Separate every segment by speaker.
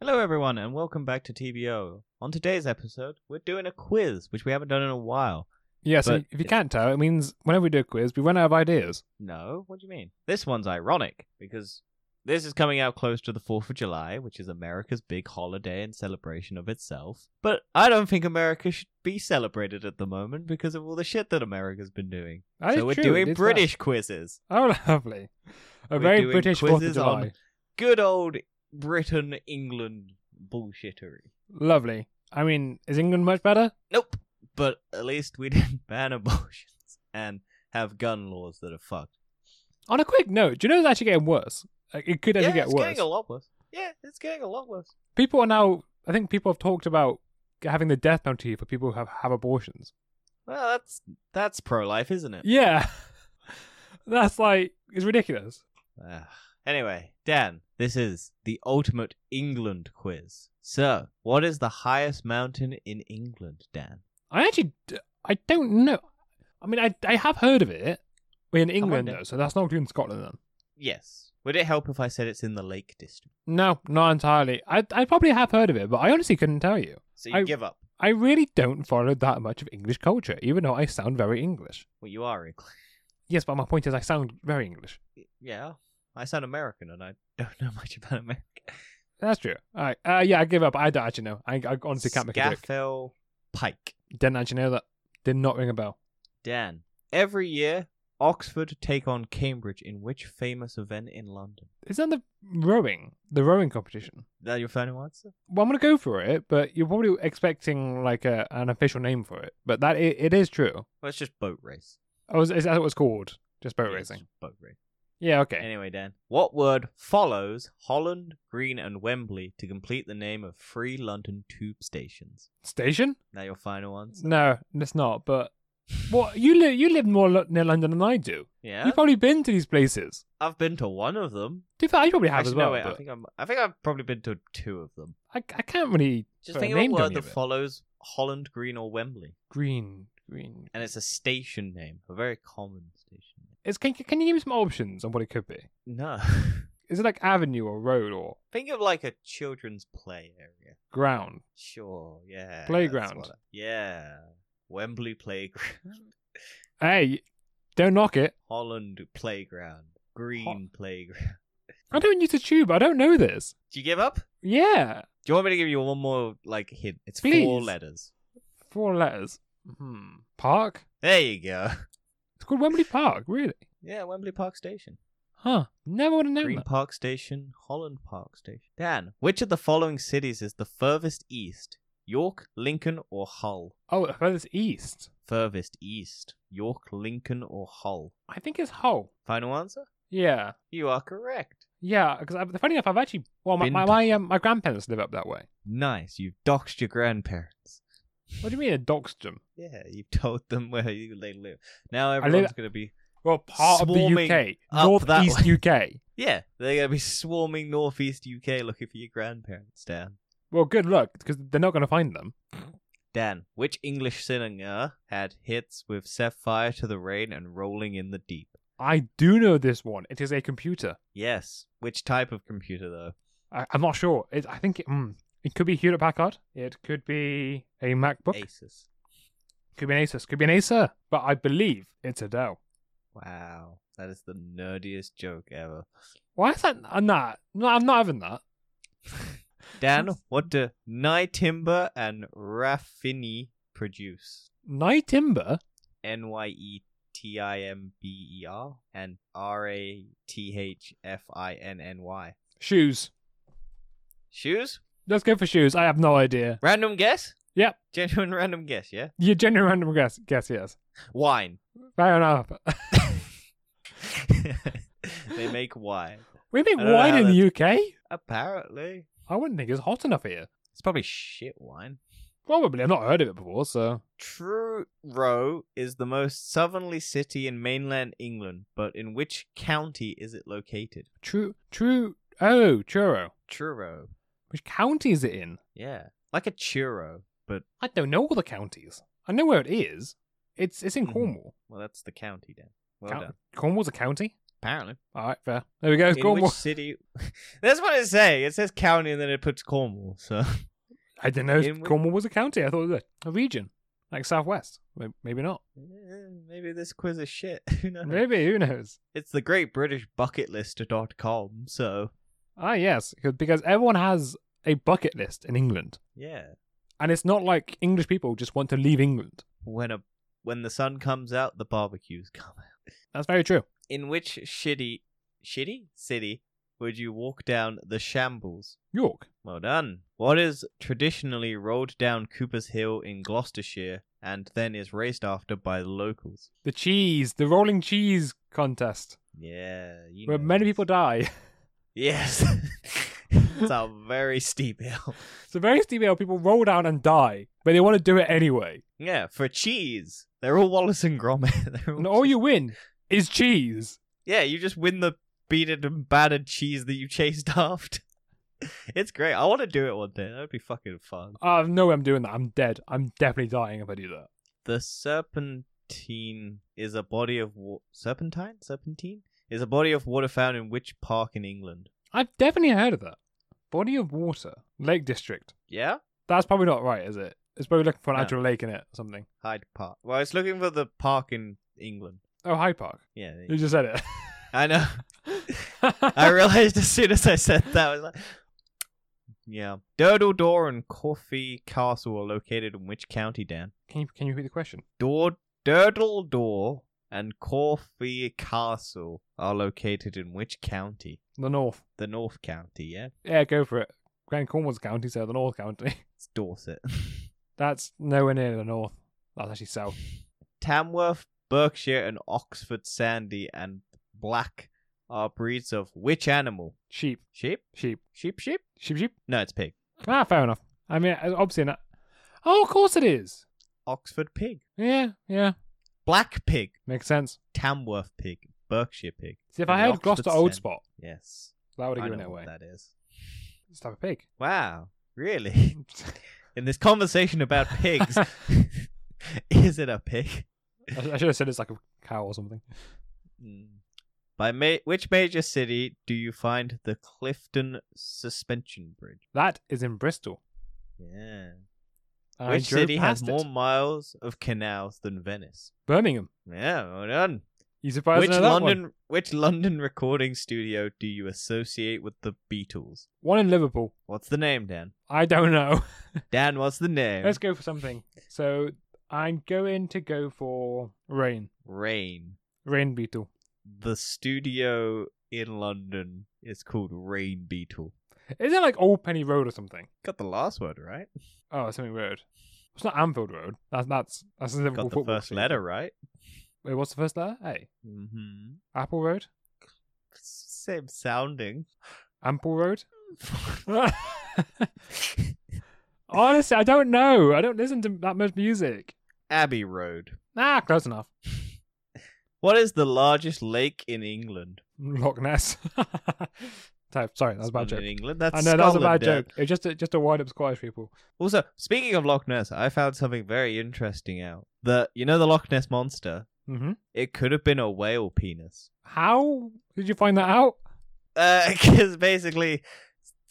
Speaker 1: Hello, everyone, and welcome back to TBO. On today's episode, we're doing a quiz, which we haven't done in a while.
Speaker 2: Yeah, so
Speaker 1: But-
Speaker 2: if you can't tell, it means whenever we do a quiz, we run out of ideas.
Speaker 1: No, what do you mean? This one's ironic because this is coming out close to the 4th of July, which is America's big holiday and celebration of itself. But I don't think America should be celebrated at the moment because of all the shit that America's been doing.
Speaker 2: That is
Speaker 1: so we're
Speaker 2: true, uh, it
Speaker 1: doing
Speaker 2: is
Speaker 1: British quizzes.
Speaker 2: that. Oh, lovely. A
Speaker 1: We're
Speaker 2: very
Speaker 1: doing
Speaker 2: British 4th of
Speaker 1: quizzes on-
Speaker 2: July.
Speaker 1: Good old Britain, England bullshittery.
Speaker 2: Lovely. I mean, is England much better?
Speaker 1: Nope. But at least we didn't ban abortions and have gun laws that are fucked.
Speaker 2: On a quick note, do you know it's actually getting worse? Like, it could actually
Speaker 1: yeah,
Speaker 2: get
Speaker 1: it's
Speaker 2: worse.
Speaker 1: getting a lot worse. Yeah, it's getting a lot worse.
Speaker 2: people are now, I think people have talked about having the death penalty for people who have, have abortions.
Speaker 1: Well, that's that's pro-life, isn't it?
Speaker 2: Yeah. That's like, it's ridiculous.
Speaker 1: Ah. anyway, Dan, this is the ultimate England quiz. So, what is the highest mountain in England, Dan?
Speaker 2: I actually, d- I don't know. I mean, I, I have heard of it. We're in England,
Speaker 1: then.
Speaker 2: though, so that's not including Scotland, then.
Speaker 1: Yes. Would it help if I said it's in the Lake District?
Speaker 2: No, not entirely. I I probably have heard of it, but I honestly couldn't tell you.
Speaker 1: So you
Speaker 2: I-
Speaker 1: give up.
Speaker 2: I really don't follow that much of English culture, even though I sound very English.
Speaker 1: Well, you are English.
Speaker 2: Yes, but my point is I sound very English.
Speaker 1: Yeah. I sound American, and I don't know much about America.
Speaker 2: That's true. All right. Uh, yeah, I give up. I don't actually know. I, I honestly can't make a joke.
Speaker 1: Scaffell Pike.
Speaker 2: Didn't actually know that. Did not ring a bell.
Speaker 1: Dan, every year Oxford take on Cambridge in which famous event in London?
Speaker 2: Is that the rowing? The rowing competition?
Speaker 1: That your final answer?
Speaker 2: Well, I'm going to go for it, but you're probably expecting like a, an official name for it. But that it, it is true.
Speaker 1: Well, it's just boat race.
Speaker 2: Oh, is, is that what it's called? Just boat
Speaker 1: Yeah, it's
Speaker 2: racing.
Speaker 1: just Boat race.
Speaker 2: Yeah, okay.
Speaker 1: Anyway, Dan, what word follows Holland, Green, and Wembley to complete the name of three London tube stations?
Speaker 2: Station?
Speaker 1: Now your final answer.
Speaker 2: No, it's not. But what you live you live more lo- near London than I do.
Speaker 1: Yeah,
Speaker 2: You've probably been to these places.
Speaker 1: I've been to one of them.
Speaker 2: To be fair, I probably have
Speaker 1: Actually,
Speaker 2: as well.
Speaker 1: no, wait. I
Speaker 2: but
Speaker 1: think I'm. I think I've probably been to two of them.
Speaker 2: I, I can't really
Speaker 1: Just
Speaker 2: put
Speaker 1: think
Speaker 2: a
Speaker 1: of a
Speaker 2: name
Speaker 1: word
Speaker 2: down
Speaker 1: that
Speaker 2: here.
Speaker 1: follows Holland, Green, or Wembley,
Speaker 2: green, green.
Speaker 1: and it's a station name, a very common station
Speaker 2: It's can can you give me some options on what it could be?
Speaker 1: name. No,
Speaker 2: Is it like avenue or road or
Speaker 1: think of like a children's play area.
Speaker 2: ground?
Speaker 1: Sure, yeah. that's
Speaker 2: Playground.
Speaker 1: what I- yeah, Wembley playground.
Speaker 2: Hey, don't knock it.
Speaker 1: Holland playground, green playground.
Speaker 2: I don't use a tube. I don't know this.
Speaker 1: Do you give up? Do
Speaker 2: Yeah,
Speaker 1: you want me to give you one more like hint? It's four
Speaker 2: Please.
Speaker 1: letters.
Speaker 2: four letters. Hmm. Park.
Speaker 1: There you go.
Speaker 2: It's called Wembley Park. Really?
Speaker 1: Yeah, Wembley Park Station.
Speaker 2: Huh. Never would have known
Speaker 1: Green
Speaker 2: that.
Speaker 1: Park Station, Holland Park Station. Dan, which of the following cities is the furthest east? York, Lincoln, or Hull?
Speaker 2: Oh, furthest east.
Speaker 1: Furthest east. York, Lincoln, or Hull?
Speaker 2: I think it's Hull.
Speaker 1: Final answer?
Speaker 2: Yeah.
Speaker 1: You are correct.
Speaker 2: Yeah, because funny enough, I've actually well, my
Speaker 1: Been
Speaker 2: my
Speaker 1: to-
Speaker 2: my, um, my grandparents live up that way.
Speaker 1: Nice. You've doxed your grandparents.
Speaker 2: What do you mean a doxdom?
Speaker 1: Yeah, you've told them where you, they live. Now
Speaker 2: live-
Speaker 1: everyone's going to be.
Speaker 2: Well, part
Speaker 1: Swarming
Speaker 2: of the UK,
Speaker 1: up that
Speaker 2: northeast UK.
Speaker 1: Yeah, they're going to be swarming northeast UK looking for your grandparents, Dan.
Speaker 2: Well, good luck because they're not going to find them.
Speaker 1: Dan, which English singer had hits with Set Fire to the Rain and Rolling in the Deep?
Speaker 2: I do know this one. It is a computer.
Speaker 1: Yes. Which type of computer, though?
Speaker 2: I, I'm not sure. It, I think it, mm, it could be Hewlett Packard. It could be a MacBook.
Speaker 1: Asus.
Speaker 2: Could be an Asus. Could be an Acer. But I believe it's a Dell.
Speaker 1: Wow. That is the nerdiest joke ever.
Speaker 2: Why is that? I'm not. No, I'm not having that.
Speaker 1: Dan, what do Nightimber and Raffini produce?
Speaker 2: Night Timber.
Speaker 1: N Y E T I M B E R and R A T H F I N N Y.
Speaker 2: Shoes.
Speaker 1: Shoes?
Speaker 2: Let's go for shoes. I have no idea.
Speaker 1: Random guess?
Speaker 2: Yep.
Speaker 1: Genuine random guess, yeah?
Speaker 2: Your genuine random guess. Guess yes.
Speaker 1: Wine.
Speaker 2: Fair enough.
Speaker 1: they make wine.
Speaker 2: we make
Speaker 1: I don't know
Speaker 2: wine
Speaker 1: how
Speaker 2: in the UK.
Speaker 1: Apparently.
Speaker 2: I wouldn't think it's hot enough here.
Speaker 1: It's probably shit wine.
Speaker 2: Probably. I've not heard of it before, so
Speaker 1: Truro is the most southerly city in mainland England, but in which county is it located?
Speaker 2: true. True. Oh, churro.
Speaker 1: Truro.
Speaker 2: Which county is it in?
Speaker 1: Yeah. Like a churro, but
Speaker 2: I don't know all the counties. I know where it is. It's it's in
Speaker 1: Mhm.
Speaker 2: Cornwall.
Speaker 1: well that's the county then. Well
Speaker 2: Coun-
Speaker 1: done.
Speaker 2: Cornwall's a county.
Speaker 1: Apparently.
Speaker 2: All right, fair. There we go.
Speaker 1: In
Speaker 2: Cornwall.
Speaker 1: which city? That's what it's saying. It says county, and then it puts Cornwall. So
Speaker 2: I didn't know
Speaker 1: in which-
Speaker 2: Cornwall was a county. I thought it was a, a region, like Southwest. May- Maybe not.
Speaker 1: Eh, maybe this quiz is shit. Who knows?
Speaker 2: Maybe who knows?
Speaker 1: It's the Great British Bucket List.com. So
Speaker 2: Ah, yes, 'cause- because everyone has a bucket list in England,
Speaker 1: yeah,
Speaker 2: and it's not like English people just want to leave England.
Speaker 1: when a when the sun comes out, the barbecues come out.
Speaker 2: That's very true.
Speaker 1: In which shitty shitty city would you walk down the shambles?
Speaker 2: York.
Speaker 1: Well done. What is traditionally rolled down Cooper's Hill in Gloucestershire and then is raced after by the locals?
Speaker 2: The cheese, the rolling cheese contest,
Speaker 1: Yeah, you
Speaker 2: where
Speaker 1: know
Speaker 2: many
Speaker 1: this.
Speaker 2: people die.
Speaker 1: Yes, it's a very steep hill.
Speaker 2: so very steep hill, people roll down and die, but they want to do it anyway.
Speaker 1: Yeah, for cheese, they're all Wallace and Gromit. They're
Speaker 2: And all you win is cheese.
Speaker 1: Yeah, you just win the beaten and battered cheese that you chased after. It's great. I want to do it one day. That'd be fucking fun.
Speaker 2: I have no way I'm doing that. I'm dead. I'm definitely dying if I do that.
Speaker 1: The Serpentine is a body of wa- serpentine. Serpentine is a body of water found in which park in England?
Speaker 2: I've definitely heard of that. Body of water, Lake District.
Speaker 1: Yeah,
Speaker 2: That's probably not right, is it? It's probably looking for an
Speaker 1: No.
Speaker 2: actual lake in it or something.
Speaker 1: Hyde Park. Well, it's looking for the park in England.
Speaker 2: Oh, Hyde Park.
Speaker 1: Yeah, there you
Speaker 2: You just said it.
Speaker 1: I know. I realized as soon as I said that, I was like, yeah. Durdledore and Corfe Castle are located in which county, Dan?
Speaker 2: Can you can you repeat the question?
Speaker 1: Dor- Durdledore and Corfe Castle are located in which county?
Speaker 2: The North.
Speaker 1: The North County, yeah?
Speaker 2: Yeah, go for it. Grand Cornwall's county, so the North County.
Speaker 1: It's Dorset.
Speaker 2: That's nowhere near the North. That's actually South.
Speaker 1: Tamworth, Berkshire, and Oxford Sandy and Black are breeds of which animal?
Speaker 2: Sheep,
Speaker 1: Sheep?
Speaker 2: sheep,
Speaker 1: Sheep, sheep?
Speaker 2: sheep, sheep.
Speaker 1: No, it's pig.
Speaker 2: Ah, fair enough. I mean, uh, obviously not. Oh, of course it is.
Speaker 1: Oxford pig.
Speaker 2: Yeah, yeah,
Speaker 1: Black pig.
Speaker 2: makes sense.
Speaker 1: Tamworth pig, Berkshire pig.
Speaker 2: See, if
Speaker 1: And
Speaker 2: I
Speaker 1: the
Speaker 2: had
Speaker 1: Oxford
Speaker 2: Gloucester Old
Speaker 1: Sen-
Speaker 2: Spot,
Speaker 1: Yes.
Speaker 2: that would have
Speaker 1: I
Speaker 2: given
Speaker 1: know
Speaker 2: it
Speaker 1: what
Speaker 2: away.
Speaker 1: that is.
Speaker 2: It's type of pig.
Speaker 1: Wow. Really? In this conversation about pigs, is it a pig?
Speaker 2: I, I should have said it's like a cow or something.
Speaker 1: Mm. By ma- which major city do you find the Clifton Suspension Bridge?
Speaker 2: That is in Bristol.
Speaker 1: Yeah.
Speaker 2: I
Speaker 1: which
Speaker 2: drove
Speaker 1: city has
Speaker 2: past it.
Speaker 1: more miles of canals than Venice?
Speaker 2: Birmingham.
Speaker 1: Yeah, well done.
Speaker 2: You surprised
Speaker 1: which
Speaker 2: to know that
Speaker 1: London
Speaker 2: One?
Speaker 1: which London recording studio do you associate with the Beatles?
Speaker 2: one in Liverpool.
Speaker 1: What's the name, Dan?
Speaker 2: I don't know.
Speaker 1: Dan, what's the name?
Speaker 2: Let's go for something. So I'm going to go for rain.
Speaker 1: Rain.
Speaker 2: Rain beetle.
Speaker 1: The studio in London is called Rain Beetle.
Speaker 2: Is it like Old Penny Road or something?
Speaker 1: Got the last word right.
Speaker 2: Oh, something road. It's not Anfield Road. That's that's that's the Liverpool
Speaker 1: Got the
Speaker 2: football
Speaker 1: first
Speaker 2: team.
Speaker 1: letter right.
Speaker 2: Wait, what's the first letter? Hey,
Speaker 1: Mm-hmm.
Speaker 2: Apple Road,
Speaker 1: Same sounding.
Speaker 2: Ample Road. Honestly, I don't know. I don't listen to that much music.
Speaker 1: Abbey Road.
Speaker 2: Ah, close enough.
Speaker 1: What is the largest lake in England?
Speaker 2: Loch Ness. Type. Sorry, that was a bad
Speaker 1: Not
Speaker 2: joke.
Speaker 1: In England, that's
Speaker 2: I know that was a
Speaker 1: Scotland,
Speaker 2: bad
Speaker 1: Dan.
Speaker 2: joke. It was just a, just to wind up Scottish people.
Speaker 1: Also, speaking of Loch Ness, I found something very interesting out. The you know the Loch Ness monster.
Speaker 2: Mm-hmm.
Speaker 1: It could have been a whale penis.
Speaker 2: How did you find that out?
Speaker 1: because Uh, basically,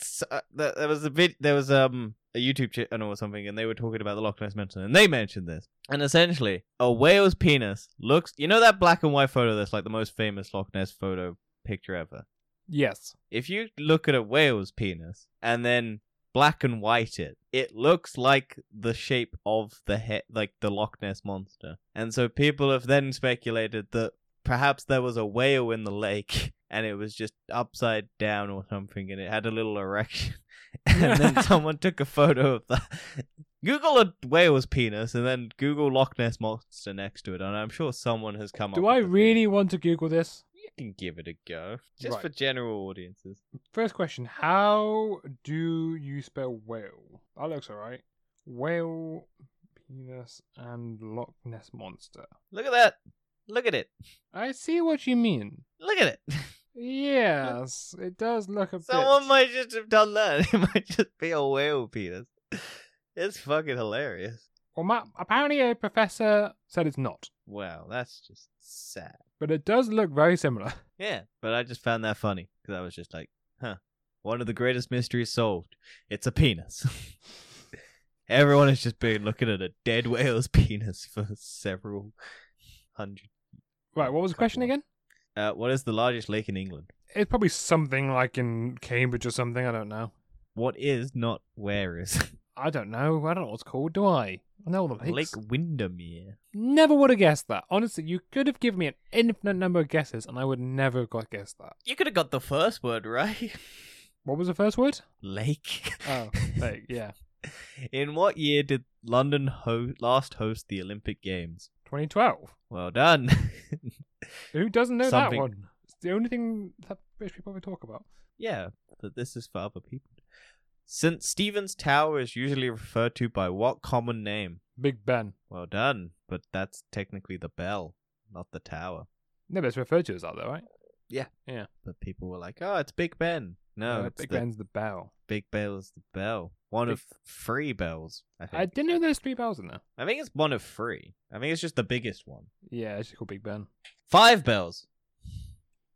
Speaker 1: s- uh, th- there was a vid, there was um a YouTube channel or something, and they were talking about the Loch Ness monster, and they mentioned this. And essentially, a whale's penis looks. You know that black and white photo that's like the most famous Loch Ness photo picture ever.
Speaker 2: Yes.
Speaker 1: If you look at a whale's penis and then black and white it, it looks like the shape of the he- like the Loch Ness monster. And so people have then speculated that perhaps there was a whale in the lake and it was just upside down or something and it had a little erection. and then someone took a photo of that. Google a whale's penis and then Google Loch Ness monster next to it, and I'm sure someone has come up.
Speaker 2: Do I
Speaker 1: with a
Speaker 2: really want to Google this?
Speaker 1: You can give it a go, just
Speaker 2: Right.
Speaker 1: for general audiences.
Speaker 2: First question: How do you spell whale? That looks alright. Whale, penis, and Loch Ness monster.
Speaker 1: Look at that. Look at it.
Speaker 2: I see what you mean.
Speaker 1: Look at it.
Speaker 2: Yes, it does look a
Speaker 1: Someone
Speaker 2: bit.
Speaker 1: might just have done that. It might just be a whale penis. It's fucking hilarious.
Speaker 2: Well, ma- apparently a professor said it's not,
Speaker 1: Wow, that's just sad.
Speaker 2: but it does look very similar.
Speaker 1: Yeah, but I just found that funny because I was just like, huh, one of the greatest mysteries solved. It's a penis. Everyone has just been looking at a dead whale's penis for several hundred.
Speaker 2: Right, what was the question
Speaker 1: Couple.
Speaker 2: again?
Speaker 1: Uh, what is the largest lake in England?
Speaker 2: It's probably something like in Cambridge or something. I don't know.
Speaker 1: What is not where is
Speaker 2: I don't know. I don't know what it's called, do I? I know all the lakes.
Speaker 1: Lake Windermere?
Speaker 2: Never would have guessed that. Honestly, you could have given me an infinite number of guesses, and I would never have got guessed that.
Speaker 1: You could have got the first word right.
Speaker 2: What was the first word?
Speaker 1: Lake.
Speaker 2: Oh, lake. Yeah,
Speaker 1: In what year did London ho- last host the Olympic Games?
Speaker 2: 2012.
Speaker 1: Well done.
Speaker 2: Who doesn't know
Speaker 1: Something-
Speaker 2: that one? It's the only thing that British people ever talk about.
Speaker 1: yeah, but this is for other people. St. Stephen's Tower is usually referred to by what common name?
Speaker 2: Big Ben.
Speaker 1: Well done, but that's technically the bell, not the tower.
Speaker 2: No, but it's referred to as that, though, right?
Speaker 1: But people were like, "Oh, it's Big Ben." No,
Speaker 2: Uh,
Speaker 1: it's
Speaker 2: Big
Speaker 1: the
Speaker 2: Ben's the bell.
Speaker 1: Big Bell is the bell. One
Speaker 2: Big-
Speaker 1: of three bells. I think.
Speaker 2: I didn't know there's three bells in there.
Speaker 1: I think it's one of three. I think it's just the biggest one.
Speaker 2: Yeah, it's just called Big Ben.
Speaker 1: Five bells.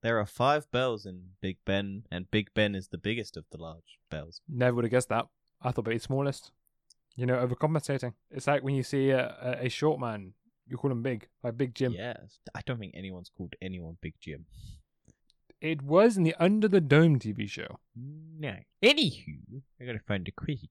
Speaker 1: There are five bells in Big Ben, and Big Ben is the biggest of the large bells.
Speaker 2: Never would have guessed that. I thought it'd be the smallest. You know, overcompensating. It's like when you see a, a, a short man, you call him big, like Big Jim.
Speaker 1: Yes. I don't think anyone's called anyone Big Jim.
Speaker 2: It was in the Under the Dome TV show.
Speaker 1: No. Anywho, I gotta find the quiz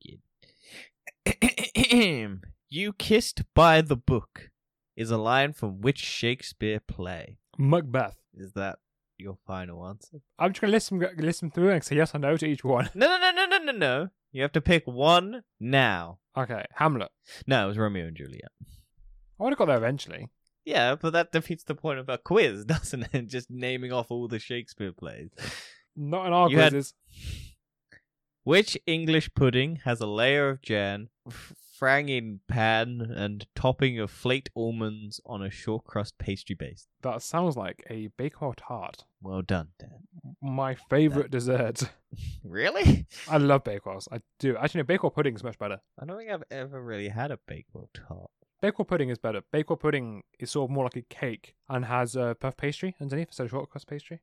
Speaker 1: again. you kissed by the book is a line from which Shakespeare play?
Speaker 2: Macbeth.
Speaker 1: Is that your final answer?
Speaker 2: I'm just gonna list them, list them through and say yes or no to each one.
Speaker 1: No, no, no, no, no, no, no. You have to pick one now.
Speaker 2: Okay, Hamlet.
Speaker 1: No, it was Romeo and Juliet.
Speaker 2: I would have got there eventually.
Speaker 1: Yeah, but that defeats the point of a quiz, doesn't it? Just naming off all the Shakespeare plays.
Speaker 2: Not in our
Speaker 1: You had-
Speaker 2: quizzes.
Speaker 1: Which English pudding has a layer of jam, f- franging pan, and topping of flaked almonds on a short crust pastry base?
Speaker 2: That sounds like a bakewell tart.
Speaker 1: Well done, Dan.
Speaker 2: My favorite dessert.
Speaker 1: Really?
Speaker 2: I love bakewells. I do. Actually, no, bakewell pudding is much better.
Speaker 1: I don't think I've ever really had a bakewell tart.
Speaker 2: Bakewell pudding is better. Bakewell pudding is sort of more like a cake and has a uh, puff pastry underneath instead of short crust pastry.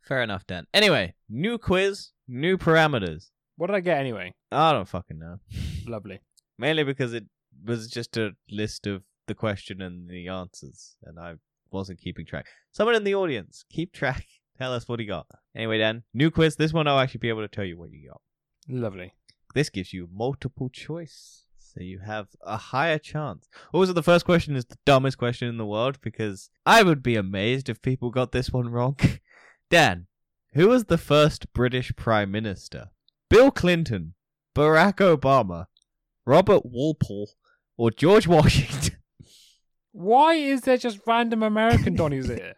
Speaker 1: Fair enough, Dan. Anyway, new quiz, new parameters.
Speaker 2: What did I get anyway?
Speaker 1: I don't fucking know.
Speaker 2: Lovely.
Speaker 1: Mainly because it was just a list of the question and the answers, and I wasn't keeping track. Someone in the audience, keep track. Tell us what he got. Anyway, Dan, new quiz. This one I'll actually be able to tell you what you got.
Speaker 2: Lovely.
Speaker 1: This gives you multiple choice, so you have a higher chance. Also, the first question is the dumbest question in the world because I would be amazed if people got this one wrong. Dan, who was the first British Prime Minister? Bill Clinton, Barack Obama, Robert Walpole, or George Washington?
Speaker 2: Why is there just random American Donnies here?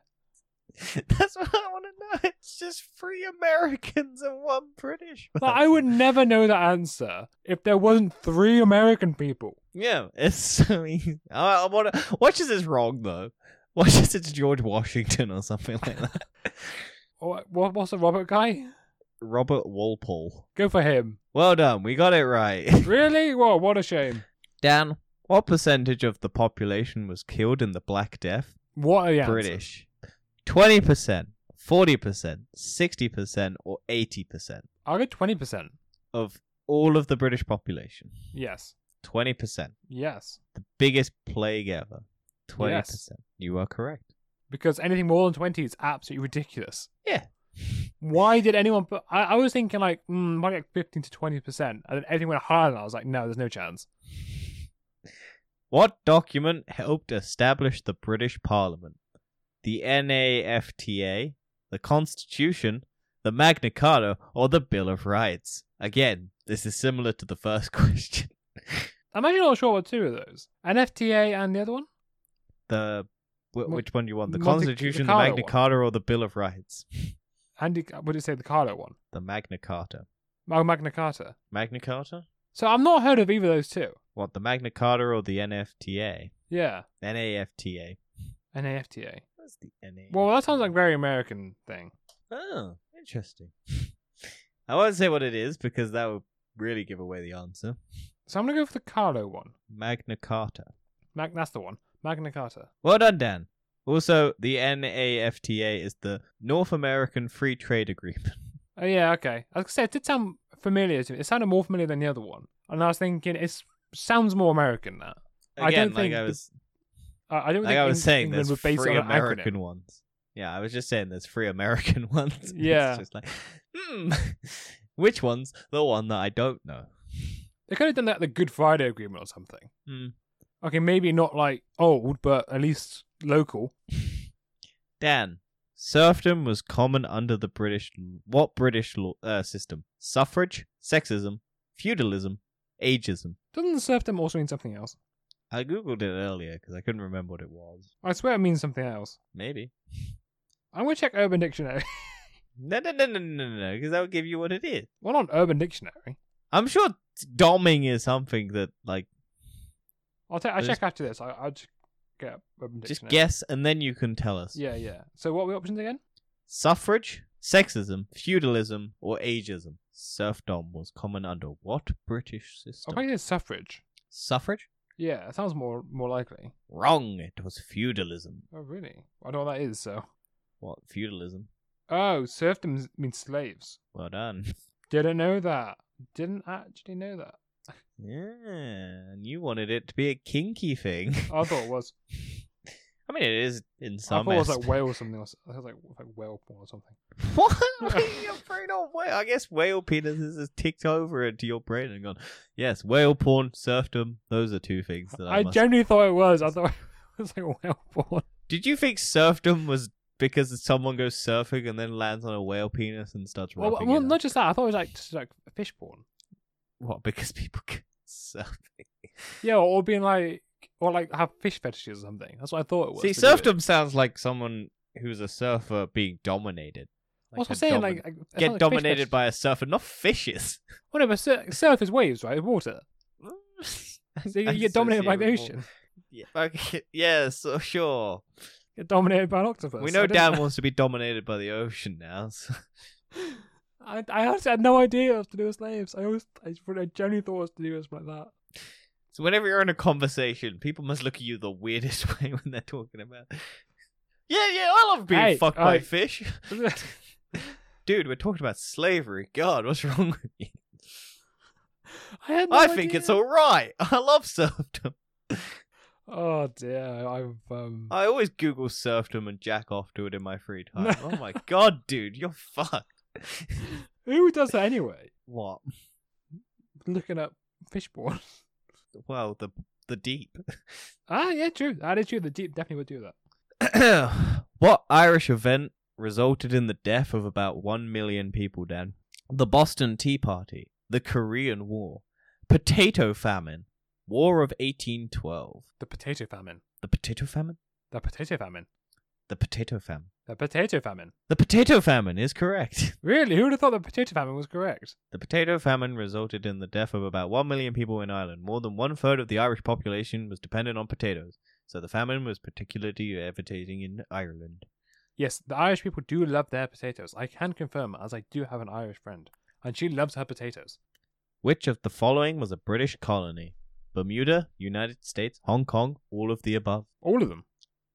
Speaker 1: That's what I want to know. It's just three Americans and one British.
Speaker 2: Like, I would never know the answer if there wasn't three American people.
Speaker 1: Yeah, it's so easy. I, I want to watch as it's wrong though. Watch as it's George Washington or something like that.
Speaker 2: Or Oh, what, what's the Robert guy?
Speaker 1: Robert Walpole.
Speaker 2: Go for him.
Speaker 1: Well done, we got it right.
Speaker 2: Really? Whoa, what a shame.
Speaker 1: Dan, what percentage of the population was killed in the Black Death?
Speaker 2: What are the answers?
Speaker 1: British. Twenty percent, forty percent, sixty percent, or eighty percent
Speaker 2: I'll go 20%.
Speaker 1: of all of the British population.
Speaker 2: Yes.
Speaker 1: Twenty percent,
Speaker 2: Yes.
Speaker 1: the biggest plague ever. Twenty percent. You are correct.
Speaker 2: Because anything more than 20 is absolutely ridiculous.
Speaker 1: Yeah.
Speaker 2: Why did anyone put. I, I was thinking, like, mm, might like 15 to 20%. And then everything went higher than that. I was like, no, there's no chance.
Speaker 1: What document helped establish the British Parliament? The NAFTA, the Constitution, the Magna Carta, or the Bill of Rights? Again, this is similar to the first question.
Speaker 2: I'm actually not sure what two of those. NFTA and the other one?
Speaker 1: The wh-
Speaker 2: Mon-
Speaker 1: which one do you want? The
Speaker 2: Monte- the
Speaker 1: Constitution, the,
Speaker 2: Carta
Speaker 1: Magna
Speaker 2: one.
Speaker 1: Carta, or the Bill of Rights?
Speaker 2: Andy, what did it say? The Carlo one?
Speaker 1: The Magna Carta.
Speaker 2: Oh, Magna Carta.
Speaker 1: Magna Carta?
Speaker 2: So I've not heard of either of those two.
Speaker 1: What? The Magna Carta or the NFTA?
Speaker 2: Yeah.
Speaker 1: NAFTA.
Speaker 2: NAFTA.
Speaker 1: What's the NAFTA?
Speaker 2: Well, that sounds like a very American thing.
Speaker 1: Oh, interesting. I won't say what it is because that would really give away the answer.
Speaker 2: So I'm gonna go for the Carlo one.
Speaker 1: Magna Carta.
Speaker 2: Mag- that's the one. Magna Carta.
Speaker 1: Well done, Dan. Also, the NAFTA is the North American Free Trade Agreement.
Speaker 2: Oh yeah, okay. I was gonna say it did sound familiar to me. It sounded more familiar than the other one, and I was thinking it sounds more American. That
Speaker 1: Again,
Speaker 2: I don't
Speaker 1: like
Speaker 2: think
Speaker 1: I
Speaker 2: the-
Speaker 1: was,
Speaker 2: I I don't
Speaker 1: like
Speaker 2: think
Speaker 1: I was
Speaker 2: Eng-
Speaker 1: saying,
Speaker 2: England
Speaker 1: there's
Speaker 2: would base it
Speaker 1: free
Speaker 2: on an acronym.
Speaker 1: American ones. Yeah, I was just saying there's free American ones. It's
Speaker 2: Yeah.
Speaker 1: just like, hmm, which one's the one that I don't know?
Speaker 2: They could have done that the Good Friday Agreement or something.
Speaker 1: Hmm.
Speaker 2: Okay, maybe not like old, but at least local.
Speaker 1: Dan, serfdom was common under the British. What British law, uh, system? Suffrage, sexism, feudalism, ageism.
Speaker 2: Doesn't serfdom also mean something else?
Speaker 1: I googled it earlier because I couldn't remember what it was.
Speaker 2: I swear it means something else.
Speaker 1: Maybe.
Speaker 2: I'm gonna check Urban Dictionary.
Speaker 1: No, no, no, no, no, no, because that would give you what it is.
Speaker 2: well, not Urban Dictionary.
Speaker 1: I'm sure doming is something that, like,
Speaker 2: I'll, ta- I'll
Speaker 1: There's-
Speaker 2: check after this. I- I'll just get up Urban
Speaker 1: just
Speaker 2: Dictionary.
Speaker 1: guess and then you can tell us.
Speaker 2: Yeah, yeah. So what were the options again?
Speaker 1: Suffrage, sexism, feudalism, or ageism. Serfdom was common under what British
Speaker 2: I
Speaker 1: system?
Speaker 2: think it's suffrage.
Speaker 1: Suffrage?
Speaker 2: Yeah, it sounds more more likely.
Speaker 1: Wrong. It was feudalism.
Speaker 2: Oh, really? I don't know what that is. So.
Speaker 1: What feudalism?
Speaker 2: Oh, serfdom means slaves.
Speaker 1: Well done.
Speaker 2: Didn't know that. Didn't actually know that.
Speaker 1: Yeah, and you wanted it to be a kinky thing.
Speaker 2: I thought it was.
Speaker 1: I mean, it is in
Speaker 2: I
Speaker 1: some.
Speaker 2: thought it was like
Speaker 1: aspect-
Speaker 2: whale or something. Else. I was like like whale porn or something.
Speaker 1: What? Your brain on whale. I guess whale penises has ticked over into your brain and gone. Yes, whale porn, serfdom. Those are two things that I,
Speaker 2: I
Speaker 1: must.
Speaker 2: genuinely thought it was. I thought it was like whale porn.
Speaker 1: Did you think serfdom was because someone goes surfing and then lands on a whale penis and starts
Speaker 2: Well,
Speaker 1: rubbing
Speaker 2: well,
Speaker 1: it? up?
Speaker 2: not just that. I thought it was like just like fish porn.
Speaker 1: What? Because people go surfing.
Speaker 2: Yeah, or being like or like have fish fetishes or something. That's what I thought it was.
Speaker 1: See,
Speaker 2: to do it.
Speaker 1: serfdom sounds like someone who's a surfer being dominated. Like
Speaker 2: That's what
Speaker 1: a
Speaker 2: I'm saying.
Speaker 1: domin-
Speaker 2: like, like,
Speaker 1: get
Speaker 2: it sounds like fish
Speaker 1: dominated
Speaker 2: fetishes.
Speaker 1: by a surfer, not fishes.
Speaker 2: whatever. Sur- surf is waves, right? Water. So you
Speaker 1: I
Speaker 2: get dominated by the
Speaker 1: associate
Speaker 2: ocean.
Speaker 1: with more- Yeah. Okay. Yeah. So sure.
Speaker 2: Get dominated by an octopus.
Speaker 1: we know
Speaker 2: I didn't-
Speaker 1: Dan wants to be dominated by the ocean now. So.
Speaker 2: I, I honestly had no idea it was to do with slaves. I always, I, just- I genuinely thought it was to do with something like that.
Speaker 1: so whenever you're in a conversation, people must look at you the weirdest way when they're talking about. Yeah, yeah, I love being
Speaker 2: Hey,
Speaker 1: fucked by
Speaker 2: alright.
Speaker 1: fish. Dude, we're talking about slavery. God, what's wrong with you?
Speaker 2: I had no
Speaker 1: I think it's
Speaker 2: idea.
Speaker 1: all right. I love serfdom.
Speaker 2: Oh dear, I've um.
Speaker 1: I always Google serfdom and jack off to it in my free time. oh my god, dude, you're fucked.
Speaker 2: Who does that anyway?
Speaker 1: what?
Speaker 2: Looking up fish porn.
Speaker 1: Well, the the deep.
Speaker 2: ah, yeah, true. That is true. The deep definitely would do that.
Speaker 1: what Irish event resulted in the death of about 1 million people, Dan? The Boston Tea Party, the Korean War, potato famine, War of 1812.
Speaker 2: The potato famine.
Speaker 1: The potato famine?
Speaker 2: The potato famine.
Speaker 1: The potato famine.
Speaker 2: The potato famine.
Speaker 1: The potato famine is correct.
Speaker 2: Really? Who would have thought the potato famine was correct?
Speaker 1: The potato famine resulted in the death of about 1 million people in Ireland. More than one third of the Irish population was dependent on potatoes, so the famine was particularly devastating in Ireland.
Speaker 2: Yes, the Irish people do love their potatoes. I can confirm, as I do have an Irish friend, and she loves her potatoes.
Speaker 1: Which of the following was a British colony? Bermuda, United States, Hong Kong, all of the above.
Speaker 2: All of them.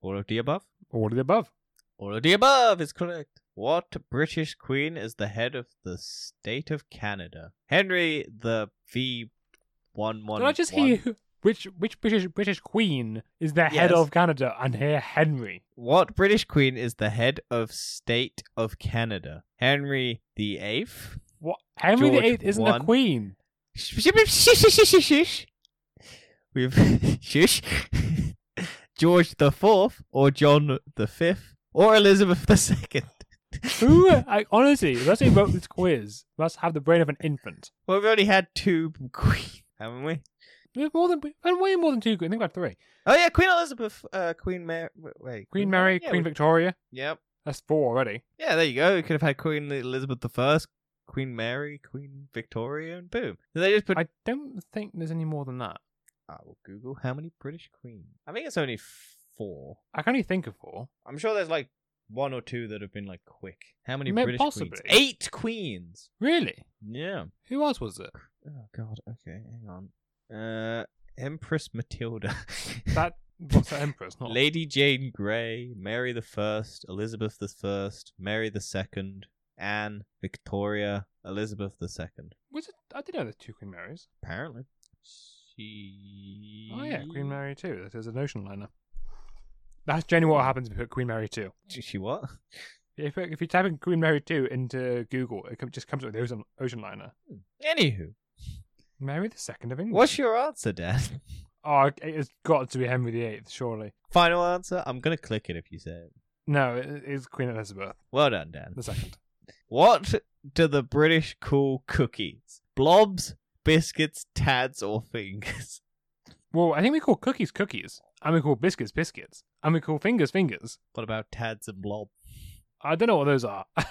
Speaker 1: All of the above?
Speaker 2: All of the above.
Speaker 1: All of the above is correct. What British queen is the head of the state of Canada? Henry the V one one.
Speaker 2: Did I just hear who- which which British British Queen is the
Speaker 1: Yes.
Speaker 2: head of Canada and here Henry?
Speaker 1: What British queen is the head of state of Canada? Henry the Eighth?
Speaker 2: What Henry the
Speaker 1: George
Speaker 2: Eighth isn't a
Speaker 1: one.
Speaker 2: queen.
Speaker 1: We've shush. George the Fourth, or John the Fifth, or Elizabeth the Second.
Speaker 2: Who? I, honestly, unless he wrote this quiz, must have the brain of an infant.
Speaker 1: Well, we've only had two queens, haven't we?
Speaker 2: We have more than we had way more than two. queens. I think about three.
Speaker 1: Oh yeah, Queen Elizabeth, uh, Queen Mary. Wait,
Speaker 2: Queen Mary,
Speaker 1: Mm, yeah,
Speaker 2: Queen
Speaker 1: we-
Speaker 2: Victoria.
Speaker 1: Yep.
Speaker 2: That's four already.
Speaker 1: Yeah, there you go. We could have had Queen Elizabeth the First, Queen Mary, Queen Victoria, and boom. So they just put. I...
Speaker 2: I don't think there's any more than that.
Speaker 1: will Google how many British queens. I think it's only four.
Speaker 2: I can only think of four.
Speaker 1: I'm sure there's like one or two that have been like quick. How many
Speaker 2: Ma-
Speaker 1: British
Speaker 2: possibly.
Speaker 1: queens? Eight queens.
Speaker 2: Really?
Speaker 1: Yeah.
Speaker 2: Who else was it?
Speaker 1: Oh God. Okay, hang on. Uh, Empress Matilda.
Speaker 2: That what's that empress? Not
Speaker 1: Lady Jane Grey, Mary the First, Elizabeth the First, Mary the Second, Anne, Victoria, Elizabeth the Second.
Speaker 2: was it? I did know there's two Queen Marys.
Speaker 1: Apparently, she.
Speaker 2: Oh yeah, Queen Mary too. That is a notion liner. That's generally what happens if you put Queen Mary two.
Speaker 1: She she what?
Speaker 2: If if you type in Queen Mary two into Google, it com- just comes up with the ocean, ocean liner.
Speaker 1: Anywho,
Speaker 2: Mary the second of England.
Speaker 1: what's your answer, Dad?
Speaker 2: Oh, it- it's got to be Henry the Eighth, surely.
Speaker 1: Final answer. I'm gonna click it if you say it.
Speaker 2: No, it it is Queen Elizabeth
Speaker 1: Well done, Dan.
Speaker 2: the second.
Speaker 1: What do the British call cookies? Blobs, biscuits, tads, or fingers?
Speaker 2: Well, I think we call cookies cookies, and we call biscuits biscuits, and we call fingers fingers.
Speaker 1: What about tads and blob?
Speaker 2: I don't know what those are, but